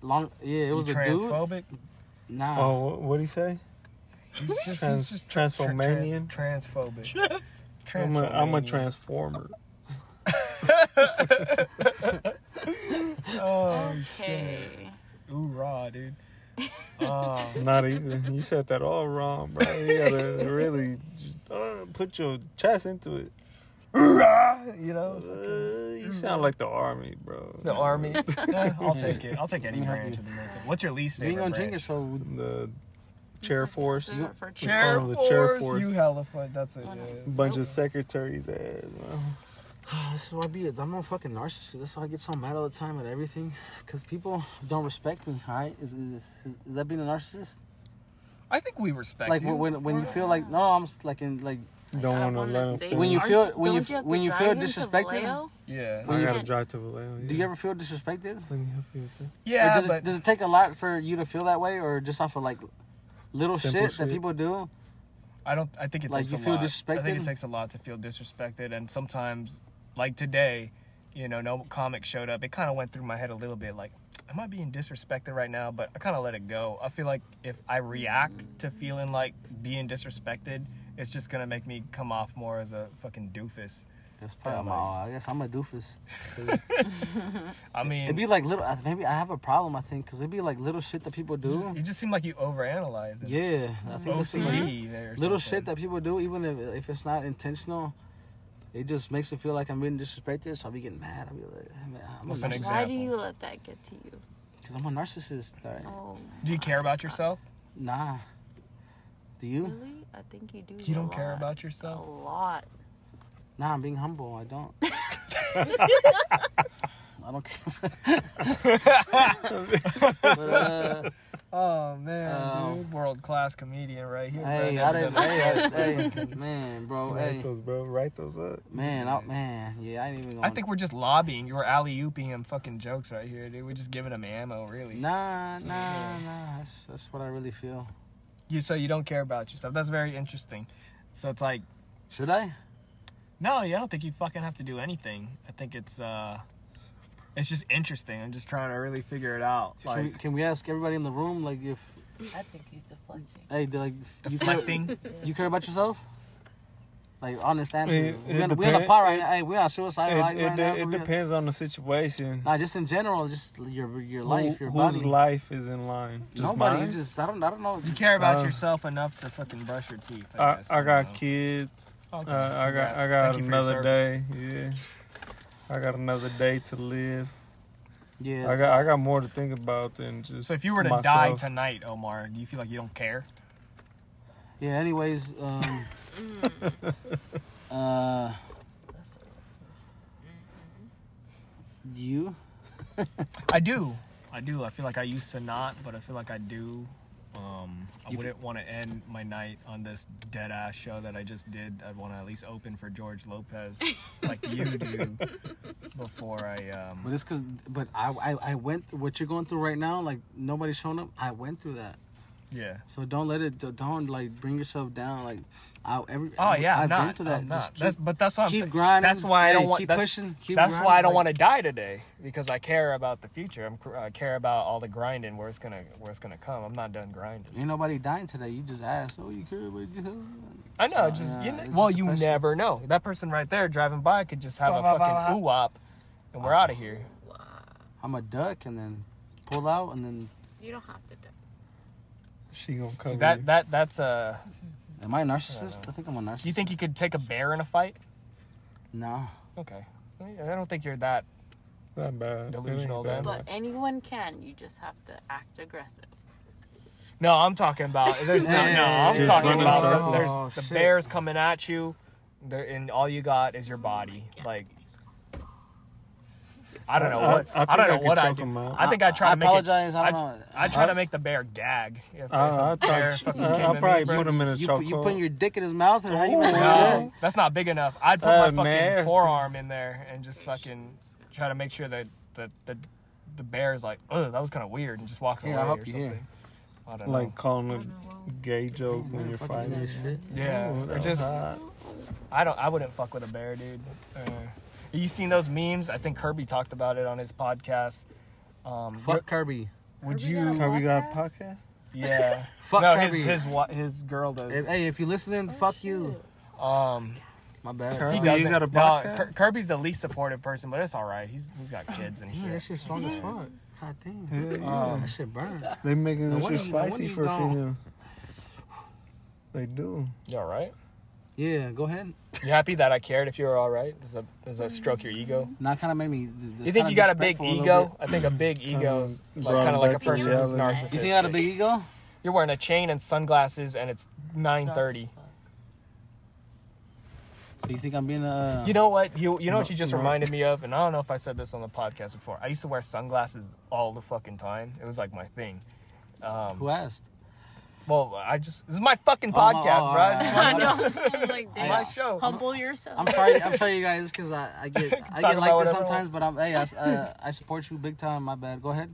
B: Long, yeah, it was a dude. Nah,
A: Oh, what would he say?
C: He's just,
A: Trans, transformanian.
C: transphobic.
A: I'm, a, I'm a transformer.
C: Oh,
D: Okay.
C: Ooh, raw, dude. Uh,
A: Not even. You said that all wrong, bro. You gotta really uh, put your chest into it.
C: You know,
A: Uh, you sound like the army, bro.
C: the army. I'll
B: take
C: it. I'll take any branch of the military. What's your least
B: we ain't gonna drink it. So
A: The chair force.
D: Is it for two?
A: Chair Oh, the chair force, force. you
C: hella fun. That's it.
A: Bunch of secretaries eh, ass. man.
B: Oh, This is why I be. I'm a fucking narcissist. That's why I get so mad all the time at everything, because people don't respect me. All right, is is, is, is that being a narcissist?
C: I think we respect
B: Like when when, when you feel like no, I'm s- like in like
A: Don't
D: I
A: want to
D: wanna
A: let
D: say-
A: him. finish.
B: When you
D: Aren't-
B: feel- when you
D: don't
B: f-
D: have to
B: when you
D: drive
B: feel
D: him to
B: disrespected?
D: Vallejo?
C: yeah,
A: I
B: you-
A: gotta drive to Vallejo. Yeah.
B: Do you ever feel disrespected?
A: Let me help you with that.
B: Or
C: yeah,
B: does, it, does it take a lot for you to feel that way, or just off of like little shit,
A: Simple
B: that
A: shit.
B: people do?
C: I don't. I think it
B: Like,
C: takes
B: you
C: a
B: feel
C: lot. I think
B: disrespected?
C: it takes a lot to feel disrespected, and sometimes, like today, you know, no comic showed up. It kind of went through my head a little bit, like, am I being disrespected right now? But I kind of let it go. I feel like if I react to feeling like being disrespected, it's just gonna make me come off more as a fucking doofus.
B: That's probably. I'm
C: like-
B: all- I guess I'm a doofus. 'Cause
C: I mean,
B: It'd be like little. uh, Maybe I have a problem. I think because it'd be like little shit that people do.
C: you just seem like you overanalyze it.
B: Yeah, I think this is like
C: OCD there. or
B: little
C: something.
B: shit that people do, even if, if it's not intentional, it just makes me feel like I'm being disrespected. So I'll be getting mad. I'll be like, I'm, I'm a
C: What's an
B: narcissist
D: Why do
C: Example.
D: you let that get to you?
B: because I'm a narcissist. all right?
D: Oh,
C: Do you care about yourself?
B: Nah. Do you?
D: really? I think you do.
C: You don't care
D: lot.
C: about
D: a
C: yourself.
D: lot.
B: Nah, I'm being humble. I don't. I don't care. but, uh,
C: Oh man,
B: Um,
C: dude, world class comedian right here.
B: Hey,
C: bro.
B: I didn't. hey, hey, hey, man, bro.
A: write
B: Hey,
A: those, bro. Write those up.
B: man, I, man. Yeah, I ain't even. Gonna,
C: I think we're just lobbying. You're alley ooping him fucking jokes right here, dude. We're just giving him ammo, really.
B: Nah, nah, nah. That's that's what I really feel.
C: You so you don't care about yourself. That's very interesting. So it's like,
B: Should I?
C: no, yeah, I don't think you fucking have to do anything. I think it's uh, it's just interesting. I'm just trying to really figure it out.
B: Should
C: Like
B: we, can we ask everybody in the room, like, if
E: I think he's deflecting.
B: hey, do, like you care,
C: deflecting.
B: you care about yourself? Like honest answer.
A: It- it
B: we're, on, we're on a
A: depend-
B: pot right now. Hey, we're on suicide
A: It,
B: right,
A: it,
B: right
A: de-
B: now. so
A: it
B: we-
A: depends on the situation.
B: Nah, just in general, just your your
A: Who-
B: life, your
A: whose
B: body.
A: life is in line? Just
B: Nobody.
A: mine?
B: You just I don't I don't know.
C: You care about
A: Uh,
C: yourself enough to fucking brush your teeth. I,
A: I,
C: guess.
A: I
C: don't know.
A: got kids.
C: Okay,
A: Uh, I got I
C: congrats.
A: got
C: Thank you for your
A: another
C: service.
A: day. Yeah, I got another day to live.
B: yeah.
A: I got I got more to think about than just.
C: So if you were to
A: myself.
C: die tonight, Omar, do you feel like you don't care?
B: Yeah, anyways, um uh you
C: I do. I do. I feel like I used to not, but I feel like I do. Um, I
B: You-
C: wouldn't want to end my night on this dead ass show that I just did. I'd want to at least open for George Lopez, like you do, before I.
B: but
C: Um,
B: it's cuz but I, I I went what you're going through right now like nobody's showing up. I went through that.
C: yeah.
B: So don't let it don't like bring yourself down like I every
C: Oh yeah,
B: I've
C: I'm not.
B: been through that.
C: I'm
B: Just
C: not.
B: keep,
C: That's- but that's what I'm
B: keep
C: saying.
B: grinding.
C: That's why I
B: Hey,
C: don't want.
B: keep
C: that's-
B: pushing. Keep
C: that's why I don't want
B: grinding,
C: to die today because I care about the future. I'm, cr- I care about all the grinding where it's gonna where it's gonna come. I'm not done grinding.
B: like, Ain't nobody dying today. You just asked, "Oh, you care about yourself?"
C: I
B: So,
C: know, just
B: yeah,
C: you know,
B: it's
C: well,
B: just a
C: you
B: question.
C: never know. That person right there driving by could just have
B: Bah,
C: a
B: bah, bah,
C: fucking
B: bah.
C: ooh wop, and
A: Ah,
C: we're out of here.
B: I'm a duck and then pull out and then
D: You don't have to do
A: she gonna cover
C: See,
A: you.
C: that that that's a.
B: am I a narcissist? I think I'm a narcissist.
C: Do you think you could take a bear in a fight?
B: No.
C: Okay, I don't think you're that.
A: Not bad.
C: Delusional
A: It ain't
C: then.
A: bad.
D: But anyone can. You just have to act aggressive.
C: No, I'm talking about. There's no.
B: Yeah,
C: no, I'm
A: just
C: talking
A: running
C: about.
A: circles.
C: there's
B: Oh,
C: the
B: shit.
C: bears coming at you, there, and all you got is your body. Like. I don't know
A: I-
C: what
A: I
C: I,
A: think
C: don't
A: I
C: know
A: could
C: what I
A: choke him
C: do.
A: out.
C: I think I try
B: I
C: to make
B: apologize,
C: It,
B: I don't know.
C: I, try to make the bear gag. If,
A: I,
C: if
A: I
C: a bear
A: thought
C: fucking
A: I,
C: came at
A: I'll
C: me,
A: probably
C: bro.
A: put him in a
B: You,
A: chokehold.
B: put- you putting your dick in his mouth or how you want
C: No,
B: to
C: that's not big enough. I'd put
A: Uh,
C: my fucking
A: man.
C: forearm in there and just fucking try to make sure that that the the bear is like, oh, that was kind of weird, and just walks
B: Here,
C: away
B: I'll help
C: or
B: you
C: something.
B: here.
C: I don't
A: like
C: know.
A: calling a gay joke when you're fighting.
C: Yeah,
A: Ooh,
C: or
A: that was
C: just
A: hot.
C: I don't. I wouldn't fuck with a bear, dude. Uh, you seen those memes? I think Kirby talked about it on his podcast. Um,
B: Fuck Kirby.
C: Would
D: Kirby
C: you?
D: got
A: Have we got a podcast?
C: Yeah.
B: Fuck
C: no,
B: Kirby.
C: his his wa- his girl does.
B: If- hey, if you're listening, fuck you.
C: um,
B: My bad.
A: Kirby?
C: he
A: you
C: doesn't.
A: got a
C: no,
A: podcast?
C: Kir- Kirby's the least supportive person, but it's all right. He's he's got kids and
B: Yeah,
C: shit.
B: that shit's strong as fuck. God damn.
A: Yeah,
B: Oh,
A: yeah.
B: that shit burned.
A: They making
B: No
A: this
B: wonder
A: shit
B: you- no wonder
A: spicy
B: you
A: for
B: gone.
A: female. They do.
C: You all right?
B: Yeah, go ahead.
C: You happy that I cared if you were all right? Does that, does that stroke your ego?
A: Mm-hmm.
B: Now kind of made me.
C: you think you got a big ego? I think a big ego is
A: Kinda
C: like, kind of
A: drawn
C: like a
A: back to
C: person who's
A: reality.
C: narcissistic.
B: You think I got a big ego?
C: You're wearing a chain and sunglasses, and it's 9:30.
B: So you think I'm being a.
C: You know what? You you know what
A: No,
C: you just
A: no.
C: reminded me of, and I don't know if I said this on the podcast before. I used to wear sunglasses all the fucking time. It was like my thing. Um,
B: Who asked?
C: well, I just this is my fucking
B: Oh, my-
C: podcast,
B: oh,
C: bro.
B: alright,
C: It's
B: alright.
C: my-
D: I know. I'm like,
C: it's
D: damn.
C: my
B: Yeah.
C: show.
D: Humble yourself.
B: I'm sorry. I'm sorry, you guys, because I, I get I
C: Talk
B: get like
C: about
B: this
C: whatever I
B: sometimes. But I'm hey, I, s- uh, I support you big time. My bad. Go ahead.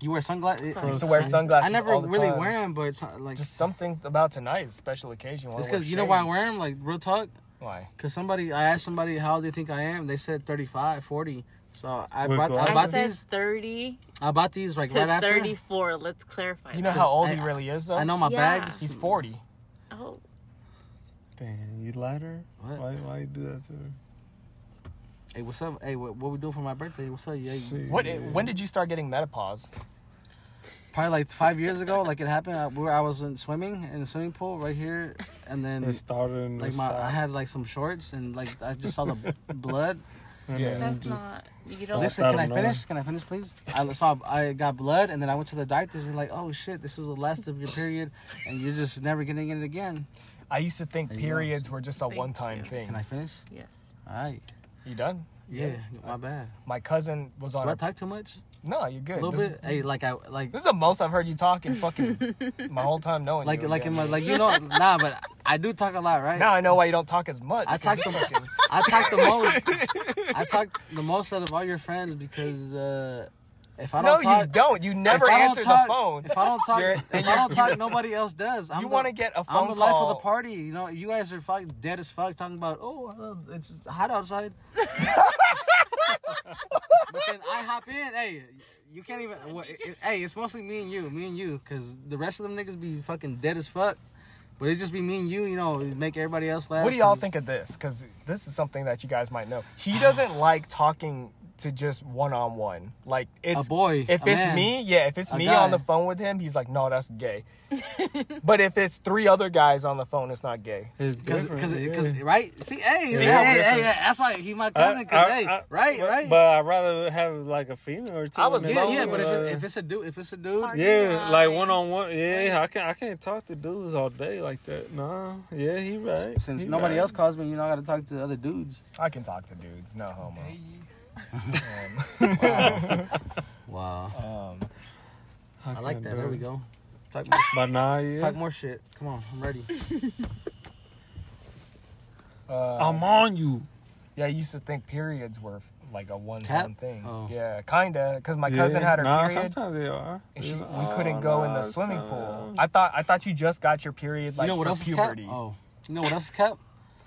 B: You wear sunglasses.
C: I used to wear sunglasses.
B: I never
C: all the
B: really
C: time.
B: wear them, but it's not, like
C: Just something about tonight, special occasion.
B: it's because you know why I wear them. Like real talk,
C: Why?
B: because somebody I asked somebody how they think I am. They said 35, 40. So I
A: With
B: bought I
A: glasses?
D: I
B: bought
D: said
B: these
D: 30
B: I bought these like
D: to
B: right after.
D: 34. Let's clarify.
C: You know
D: that.
C: how old
B: I-
C: he really is, though.
B: I know my
D: Yeah.
B: bags.
C: he's 40.
D: Oh,
A: Damn, you lied to her?
B: What?
A: Why, why you do that to her?
B: Hey, what's up? Hey, what, what we doing for my birthday? What's up? Yeah, you-
A: Shit.
C: What? When did you start getting menopause?
B: probably like five years ago. Like it happened. I, where I was in swimming in a swimming pool right here, and then
A: It started and
B: like
A: it
B: my I
A: stopped.
B: had like some shorts and like I just saw the b- blood.
A: And
C: Yeah.
A: then
D: that's
A: just-
D: not. You don't.
B: Listen,
A: I
B: can I
A: don't know.
B: finish? Can I finish, please? I saw I got blood and then I went to the doctors and like, oh shit, this was the last of your period, and you're just never getting it again.
C: I used to think
B: you go.
C: periods were just a
D: Thank
C: one-time
D: you.
C: thing.
B: Can I finish?
D: Yes.
B: All right.
C: You done?
B: Yeah, my bad.
C: My cousin was on.
B: Do I
C: A,
B: talk too much?
C: no, you're
B: A
C: good.
B: little
C: this,
B: bit. Hey, like I like
C: This is the most I've heard you talk in fucking my whole time knowing
B: like
C: you.
B: like in
C: again.
B: my like you know nah, but I do talk a lot, right?
C: Now I know why you don't talk as much.
B: I
C: 'cause
B: talk
C: you
B: the
C: fucking-
B: I talk the most. I talk the most out of all your friends because uh, if I
C: No,
B: don't talk,
C: you don't. You never
B: if I don't
C: answer
B: talk-
C: the phone.
B: If I don't talk,
C: You're-
B: if I don't talk, nobody else does. I'm
C: You
B: the-
C: wanna get a
B: I'm
C: phone
B: the life of the
C: call.
B: party. You know, you guys are fucking dead as fuck talking about. Oh, uh, it's hot outside. but then I hop in. Hey, you can't even. wha- it- it- hey, it's mostly me and you, me and you, because the rest of them niggas be fucking dead as fuck. But it just be me and you. You know, it make everybody else laugh.
C: What do y'all
B: 'cause-
C: think of this? Because this is something that you guys might know. He doesn't like talking to just one on one. Like it's
B: boy,
C: If
B: a
C: it's
B: man,
C: me, yeah. If it's
B: a
C: me
B: guy.
C: on the phone with him, he's like, no, that's gay. but if it's three other guys on the phone, it's not gay.
A: It's
B: Cause,
A: different,
B: cause,
A: yeah.
B: 'cause- right? See, hey,
C: See
B: hey,
C: how
B: hey, hey,
C: different-
B: that's why he my
A: I-
B: cousin. Cause
A: I-
B: hey,
A: I-
B: right,
A: but-
B: right.
A: But I'd rather have like a female or two.
C: I was
A: on the
B: yeah,
C: alone,
A: phone,
B: yeah. But if,
A: uh,
B: it, if it's a dude, if it's a dude,
D: Party.
A: yeah, like
D: guy.
A: one on one. Yeah, I can't. I can't talk to dudes all day like that. Nah. Yeah, he right.
B: since
A: He
B: nobody
A: right.
B: else calls me, you know, I gotta talk to other dudes.
C: I can talk to dudes, no homo.
B: Wow,
C: Um,
B: I like that.
A: do
B: There we
A: it.
B: go. Talk more,
A: But nah, yeah.
B: talk more shit. Come on, I'm ready.
C: uh,
A: I'm on you.
C: yeah, I used to think periods were like a one-time
B: Cap?
C: thing.
B: Oh.
C: Yeah, kinda. Because my cousin had her
A: nah,
C: period.
A: sometimes they are.
C: and she
A: They're
C: we
A: like, "Oh,
C: couldn't go in
A: nah,
C: the
A: it's
C: swimming
A: kinda-
C: pool. I thought I thought you just got your period like
B: you know what
C: for
B: else
C: puberty.
B: is kept? Oh, you know what else is kept?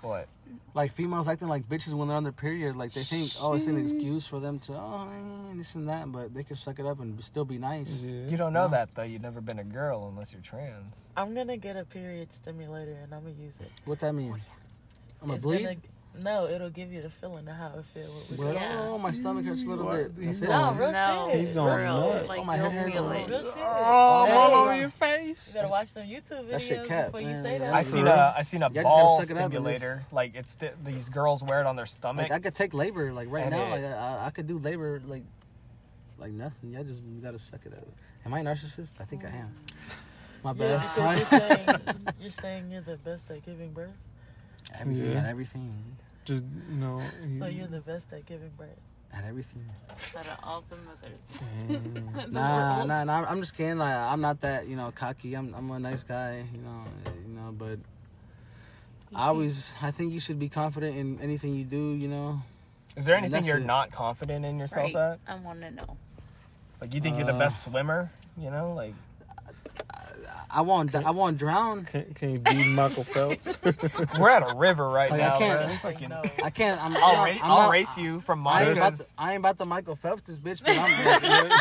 C: What?
B: Like females acting like bitches when they're on their period. Like they think, oh, it's an excuse for them to, oh, eh, this and that. But they can suck it up and still be nice.
A: Yeah.
C: You don't know
B: No.
C: that though. You've never been a girl unless you're trans.
E: I'm gonna get a period stimulator and I'm gonna use it.
B: What that
A: Oh,
B: mean? I'm a
E: It's
B: bleed.
E: gonna- no, it'll give you the feeling of how it feels.
B: Well,
D: Yeah.
B: oh, my stomach hurts a little
A: What?
B: bit. That's it.
E: No, real
D: no,
E: shit.
A: He's going
D: real.
A: nuts.
D: Like,
B: Oh, my
D: you'll
B: head
D: feel
B: hurts.
D: it.
E: Real shit.
A: Oh, I'm all
E: Hey.
A: over your face.
E: You gotta watch some YouTube videos
B: That shit cap,
E: before you
B: man.
E: say
B: Yeah.
E: that.
C: I
B: For
C: seen
B: real?
C: a I seen a
B: Yeah, I just gotta
C: ball
B: suck it up and
C: stimulator. like it's sti- these girls wear it on their stomach.
B: Like I could take labor, like right
C: And
B: now,
C: it-
B: like, I, I- I could do labor, like, like nothing. Y'all just gotta suck it up. Am I a narcissist? I think I am. My bad.
E: Yeah, because you're saying, you're saying you're the best at giving birth.
B: everything
A: Yeah.
B: at everything
A: Just no. he-
E: So you're the best at giving birth.
B: at everything.
D: Out of all the mothers.
A: Damn.
D: in the
B: Nah,
D: world.
B: nah, nah. I'm just kidding. Like I'm not that, you know, cocky. I'm, I'm a nice guy, you know, uh, you know. But I always, I think you should be confident in anything you do, you know.
C: Is there
B: and
C: anything
B: that's
C: you're
B: it.
C: not confident in yourself
D: Right.
C: at?
D: I want to know.
C: Like you think you're the
B: Uh,
C: best swimmer? You know, like
B: I won't, I won't drown.
A: Can, can you beat Michael Phelps?
C: we're at a river right
B: Like, I
C: now.
B: can't-
C: bruh.
B: I
E: Like,
C: Fucking-
E: no.
B: I can't. I'm,
C: I'll,
B: I'm,
C: ra-
B: not- I'm
C: I'll
B: not-
C: race you from
B: I ain't, about to,
C: Monica's.
B: I ain't about to Michael Phelps this bitch, but I'm.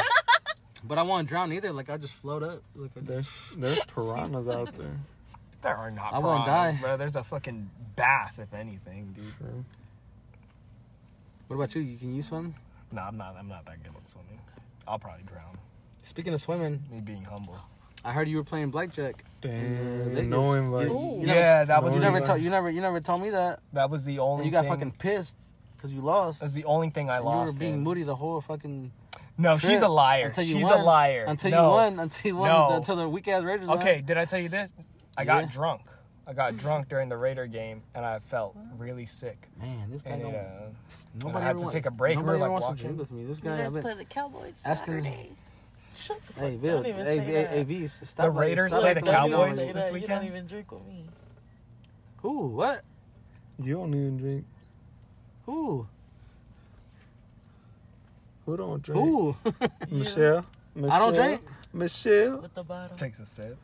B: But I won't drown either. Like I'll just float up. Like I just,
A: there's, there's piranhas out there.
C: There are not
B: I won't
C: piranhas,
B: die.
C: bro. There's a fucking bass, if anything, dude.
B: what about you? You can you swim?
C: No, I'm not. I'm not that good at swimming. I'll probably drown.
B: Speaking of swimming,
C: Me being humble.
B: I heard you were playing blackjack.
A: Damn.
B: Vegas.
A: no invite.
B: You- you
C: Mm, yeah,
B: never-
C: that was
B: You
A: Nobody-
B: never told you never you never told me that.
C: that was the
B: And
C: only.
B: you got
C: thing,
B: fucking pissed because you lost.
C: That's the only thing I
B: And
C: lost.
B: you were being
C: in.
B: moody the whole fucking.
C: No,
B: trip
C: she's a liar.
B: Until you
C: she's
B: won.
C: a liar.
B: Until
C: No.
B: you won. Until you won.
C: No.
B: the- until the weak ass Raiders. won.
C: Okay, did I tell you this? I
B: Yeah.
C: got drunk. I got drunk during the Raider game, and I felt really sick.
B: Man, this guy.
C: And
B: Don't,
C: it, uh,
B: nobody
C: I had
B: ever
C: to
B: wants,
C: take a break. We
B: Nobody
C: were,
B: ever
C: like,
B: wants to drink
C: walking.
B: with me. This
D: You
B: guy. I've
D: guys
B: been-
D: play the Cowboys
B: asking-
D: Saturday.
E: Shut the fuck
B: hey,
E: up.
B: Bill.
E: Don't even
B: Hey,
E: say
B: hey,
E: that.
B: hey, V. Stop. like-
C: Raiders
B: stop
C: play
B: acting
C: the
B: like you don't
E: Don't even
C: Cowboys
E: say
B: know.
C: this
E: that. You
C: weekend?
E: don't even drink with me.
B: Who? What?
A: You don't even drink.
B: Who?
A: Who don't drink?
B: Who?
A: Michelle.
B: I don't
A: Michelle?
B: drink.
A: Michelle.
E: With the bottle.
C: Takes a sip.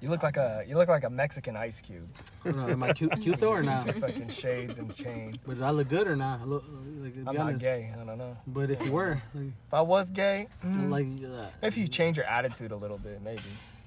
C: You look like a you look like a Mexican ice cube.
B: Hold on, am I cute, cute though or not?
C: fucking shades and chain.
B: But do I look good or not? I look, like, to be
C: I'm not
B: honest.
C: gay. I don't know.
B: But if you were, like,
C: If I was gay, mm,
B: like uh,
C: if you change your attitude a little bit, maybe.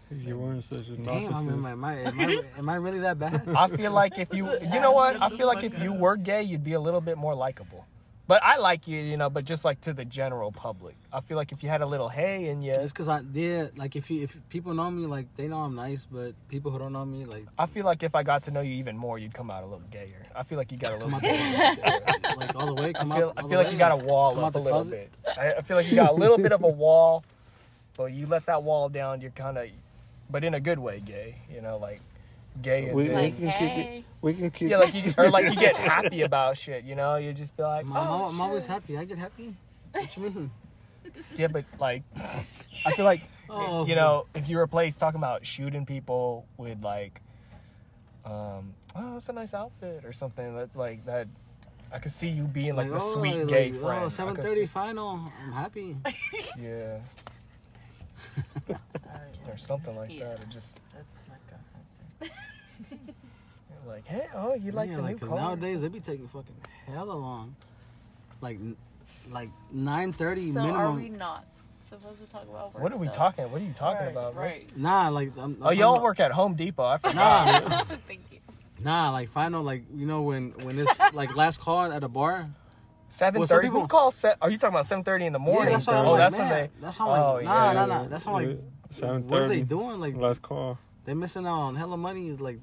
A: If you weren't such a
B: damn, I
A: narcissist.
B: mean, am, I, am, I, am, I, am I really that bad?
C: I feel like if you, you know what? I feel like if you were gay, you'd be a little bit more likable. But I like you, you know. But just like to the general public, I feel like if you had a little hay in you,
B: It's because I yeah, like if you if people know me, like they know I'm nice, but people who don't know me, like
C: I feel like if I got to know you even more, you'd come out a little gayer. I feel like you got a
B: come
C: little.
B: out, the, like all the way, come
C: I feel,
B: out.
C: I
B: all
C: feel
B: the
C: like you
B: way.
C: got a wall
B: Come out
C: up a
B: the
C: little
B: closet.
C: bit. I, I feel like you got a little bit of a wall, but you let that wall down, you're kind of, but in a good way, gay. You know, like gay as
A: We-
C: it.
A: we
D: Like,
A: can kick it.
D: hey.
A: We can keep.
C: Yeah, like you, or like you get happy about shit, you know. You just be like,
B: I'm,
C: oh,
B: al- I'm always
C: shit."
B: happy. I get happy. What you mean?
C: Yeah, but like, I feel like
B: Oh.
C: you know, if you replace talking about shooting people with like, um, oh, that's a nice outfit or something. That's like that. I could see you being like, the sweet
B: like,
C: gay
B: like,
C: friend.
B: Oh,
C: I
B: seven
C: could
B: thirty final. I'm happy.
C: see- Yeah, or something like
E: Yeah.
C: that. Or just
E: That's like a
C: like, hey, oh, you like
B: yeah,
C: the
B: like,
C: new
B: 'cause
C: car?
B: nowadays they be taking fucking hella long. Like, n- like nine thirty
D: So
B: minimum.
D: are we not supposed to talk about work?
C: What are we
D: though?
C: talking? What are you talking
D: Right,
C: about? bro?
E: right.
B: Nah, like I'm, I'm
C: Oh,
B: talking
C: y'all
B: about-
C: work at Home Depot. I forgot.
B: Nah,
D: Thank you.
B: nah, like final, like you know when when it's like last call at a bar.
C: Seven
B: Well, some
C: thirty.
B: people-
C: Who calls? Se- are you talking about seven thirty in the morning?
B: yeah, that's why I'm
C: oh,
B: like,
C: that's
B: man,
C: when they.
B: that's how I'm
C: Oh,
B: like, nah,
C: yeah.
B: nah, nah. That's how I'm like,
A: Seven
B: what are they
A: thirty.
B: doing? Like
A: Last call.
B: they missing out on hella money. Like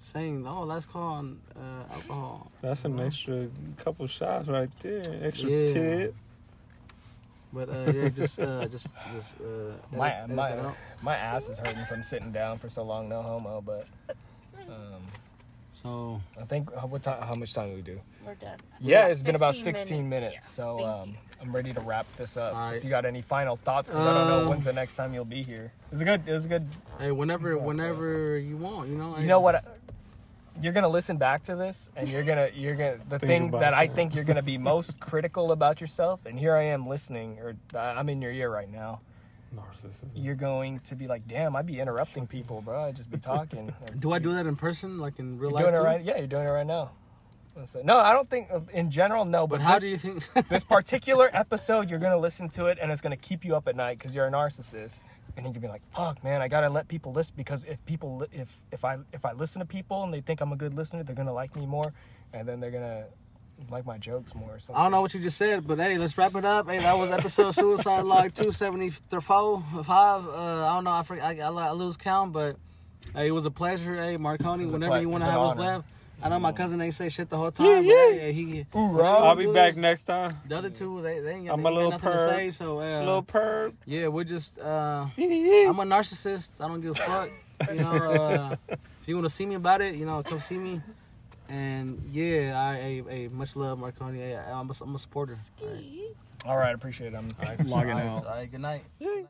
B: saying, oh, last call on uh, alcohol.
A: That's an extra couple shots right there. Extra
B: Yeah.
A: tip.
B: But uh, yeah, just uh, just just uh,
C: My-
B: edit- edit
C: my-
B: that out.
C: My ass is hurting from sitting down for so long. No homo, but. Um,
B: so
C: I think how- what time, how much time do we do?
D: We're done.
C: Yeah, it's been about
D: 15
C: sixteen minutes,
D: minutes. Yeah.
C: so
D: Thank
C: um,
D: you.
C: I'm ready to wrap this up.
B: All right.
C: If you got any final thoughts, because I don't know
B: Um,
C: when's the next time you'll be here. It was a good. It was a good.
B: hey, whenever whenever you want, you know. I
C: You know what?
B: just-
C: You're gonna listen back to this, and you're gonna you're gonna the
A: Think
C: thing
A: about
C: that I
A: something.
C: think you're gonna be most critical about yourself. And here I am listening, or uh, I'm in your ear right now.
A: Narcissism.
C: You're going to be like, damn, I'd be interrupting people, bro. I'd just be talking.
B: Do I do that in person, like in real
C: You're
B: life?
C: doing it
B: too?
C: right. Yeah, you're doing it right now. So- No, I don't think in general. No, but,
B: But how
C: this-
B: do you think?
C: this particular episode, you're gonna listen to it and it's gonna keep you up at night because you're a narcissist. And you can be like, "Fuck, man, I gotta let people listen because if people, li- if if I if I listen to people and they think I'm a good listener, they're gonna like me more, and then they're gonna like my jokes more." Or something.
B: I don't know what you just said, but hey, let's wrap it up. Hey, that was episode Suicide Log 274. Five. Uh, I don't know. I, forget, I, I, I lose count, but hey, it was a pleasure. Hey, Marconi,
C: was a
B: whenever
C: ple-
B: you want to
C: it's an
B: have us
C: honor.
B: left. I know my cousin ain't say shit the whole time, but hey, he.
C: Hoorah.
A: I'll be back next time.
B: The other two, they, they ain't got
A: I'm a
B: they
A: little
B: got nothing
A: perv.
B: to say, so uh,
A: Little perp.
B: yeah, we're just. Uh, I'm a narcissist. I don't give a fuck. You know, uh, if you want to see me about it, you know, come see me. And yeah, I, hey, hey, much love, Marconi. Hey, I'm, a, I'm a supporter. All right.
C: All right, appreciate it. I'm logging
B: All right,
C: out.
B: All right, good night.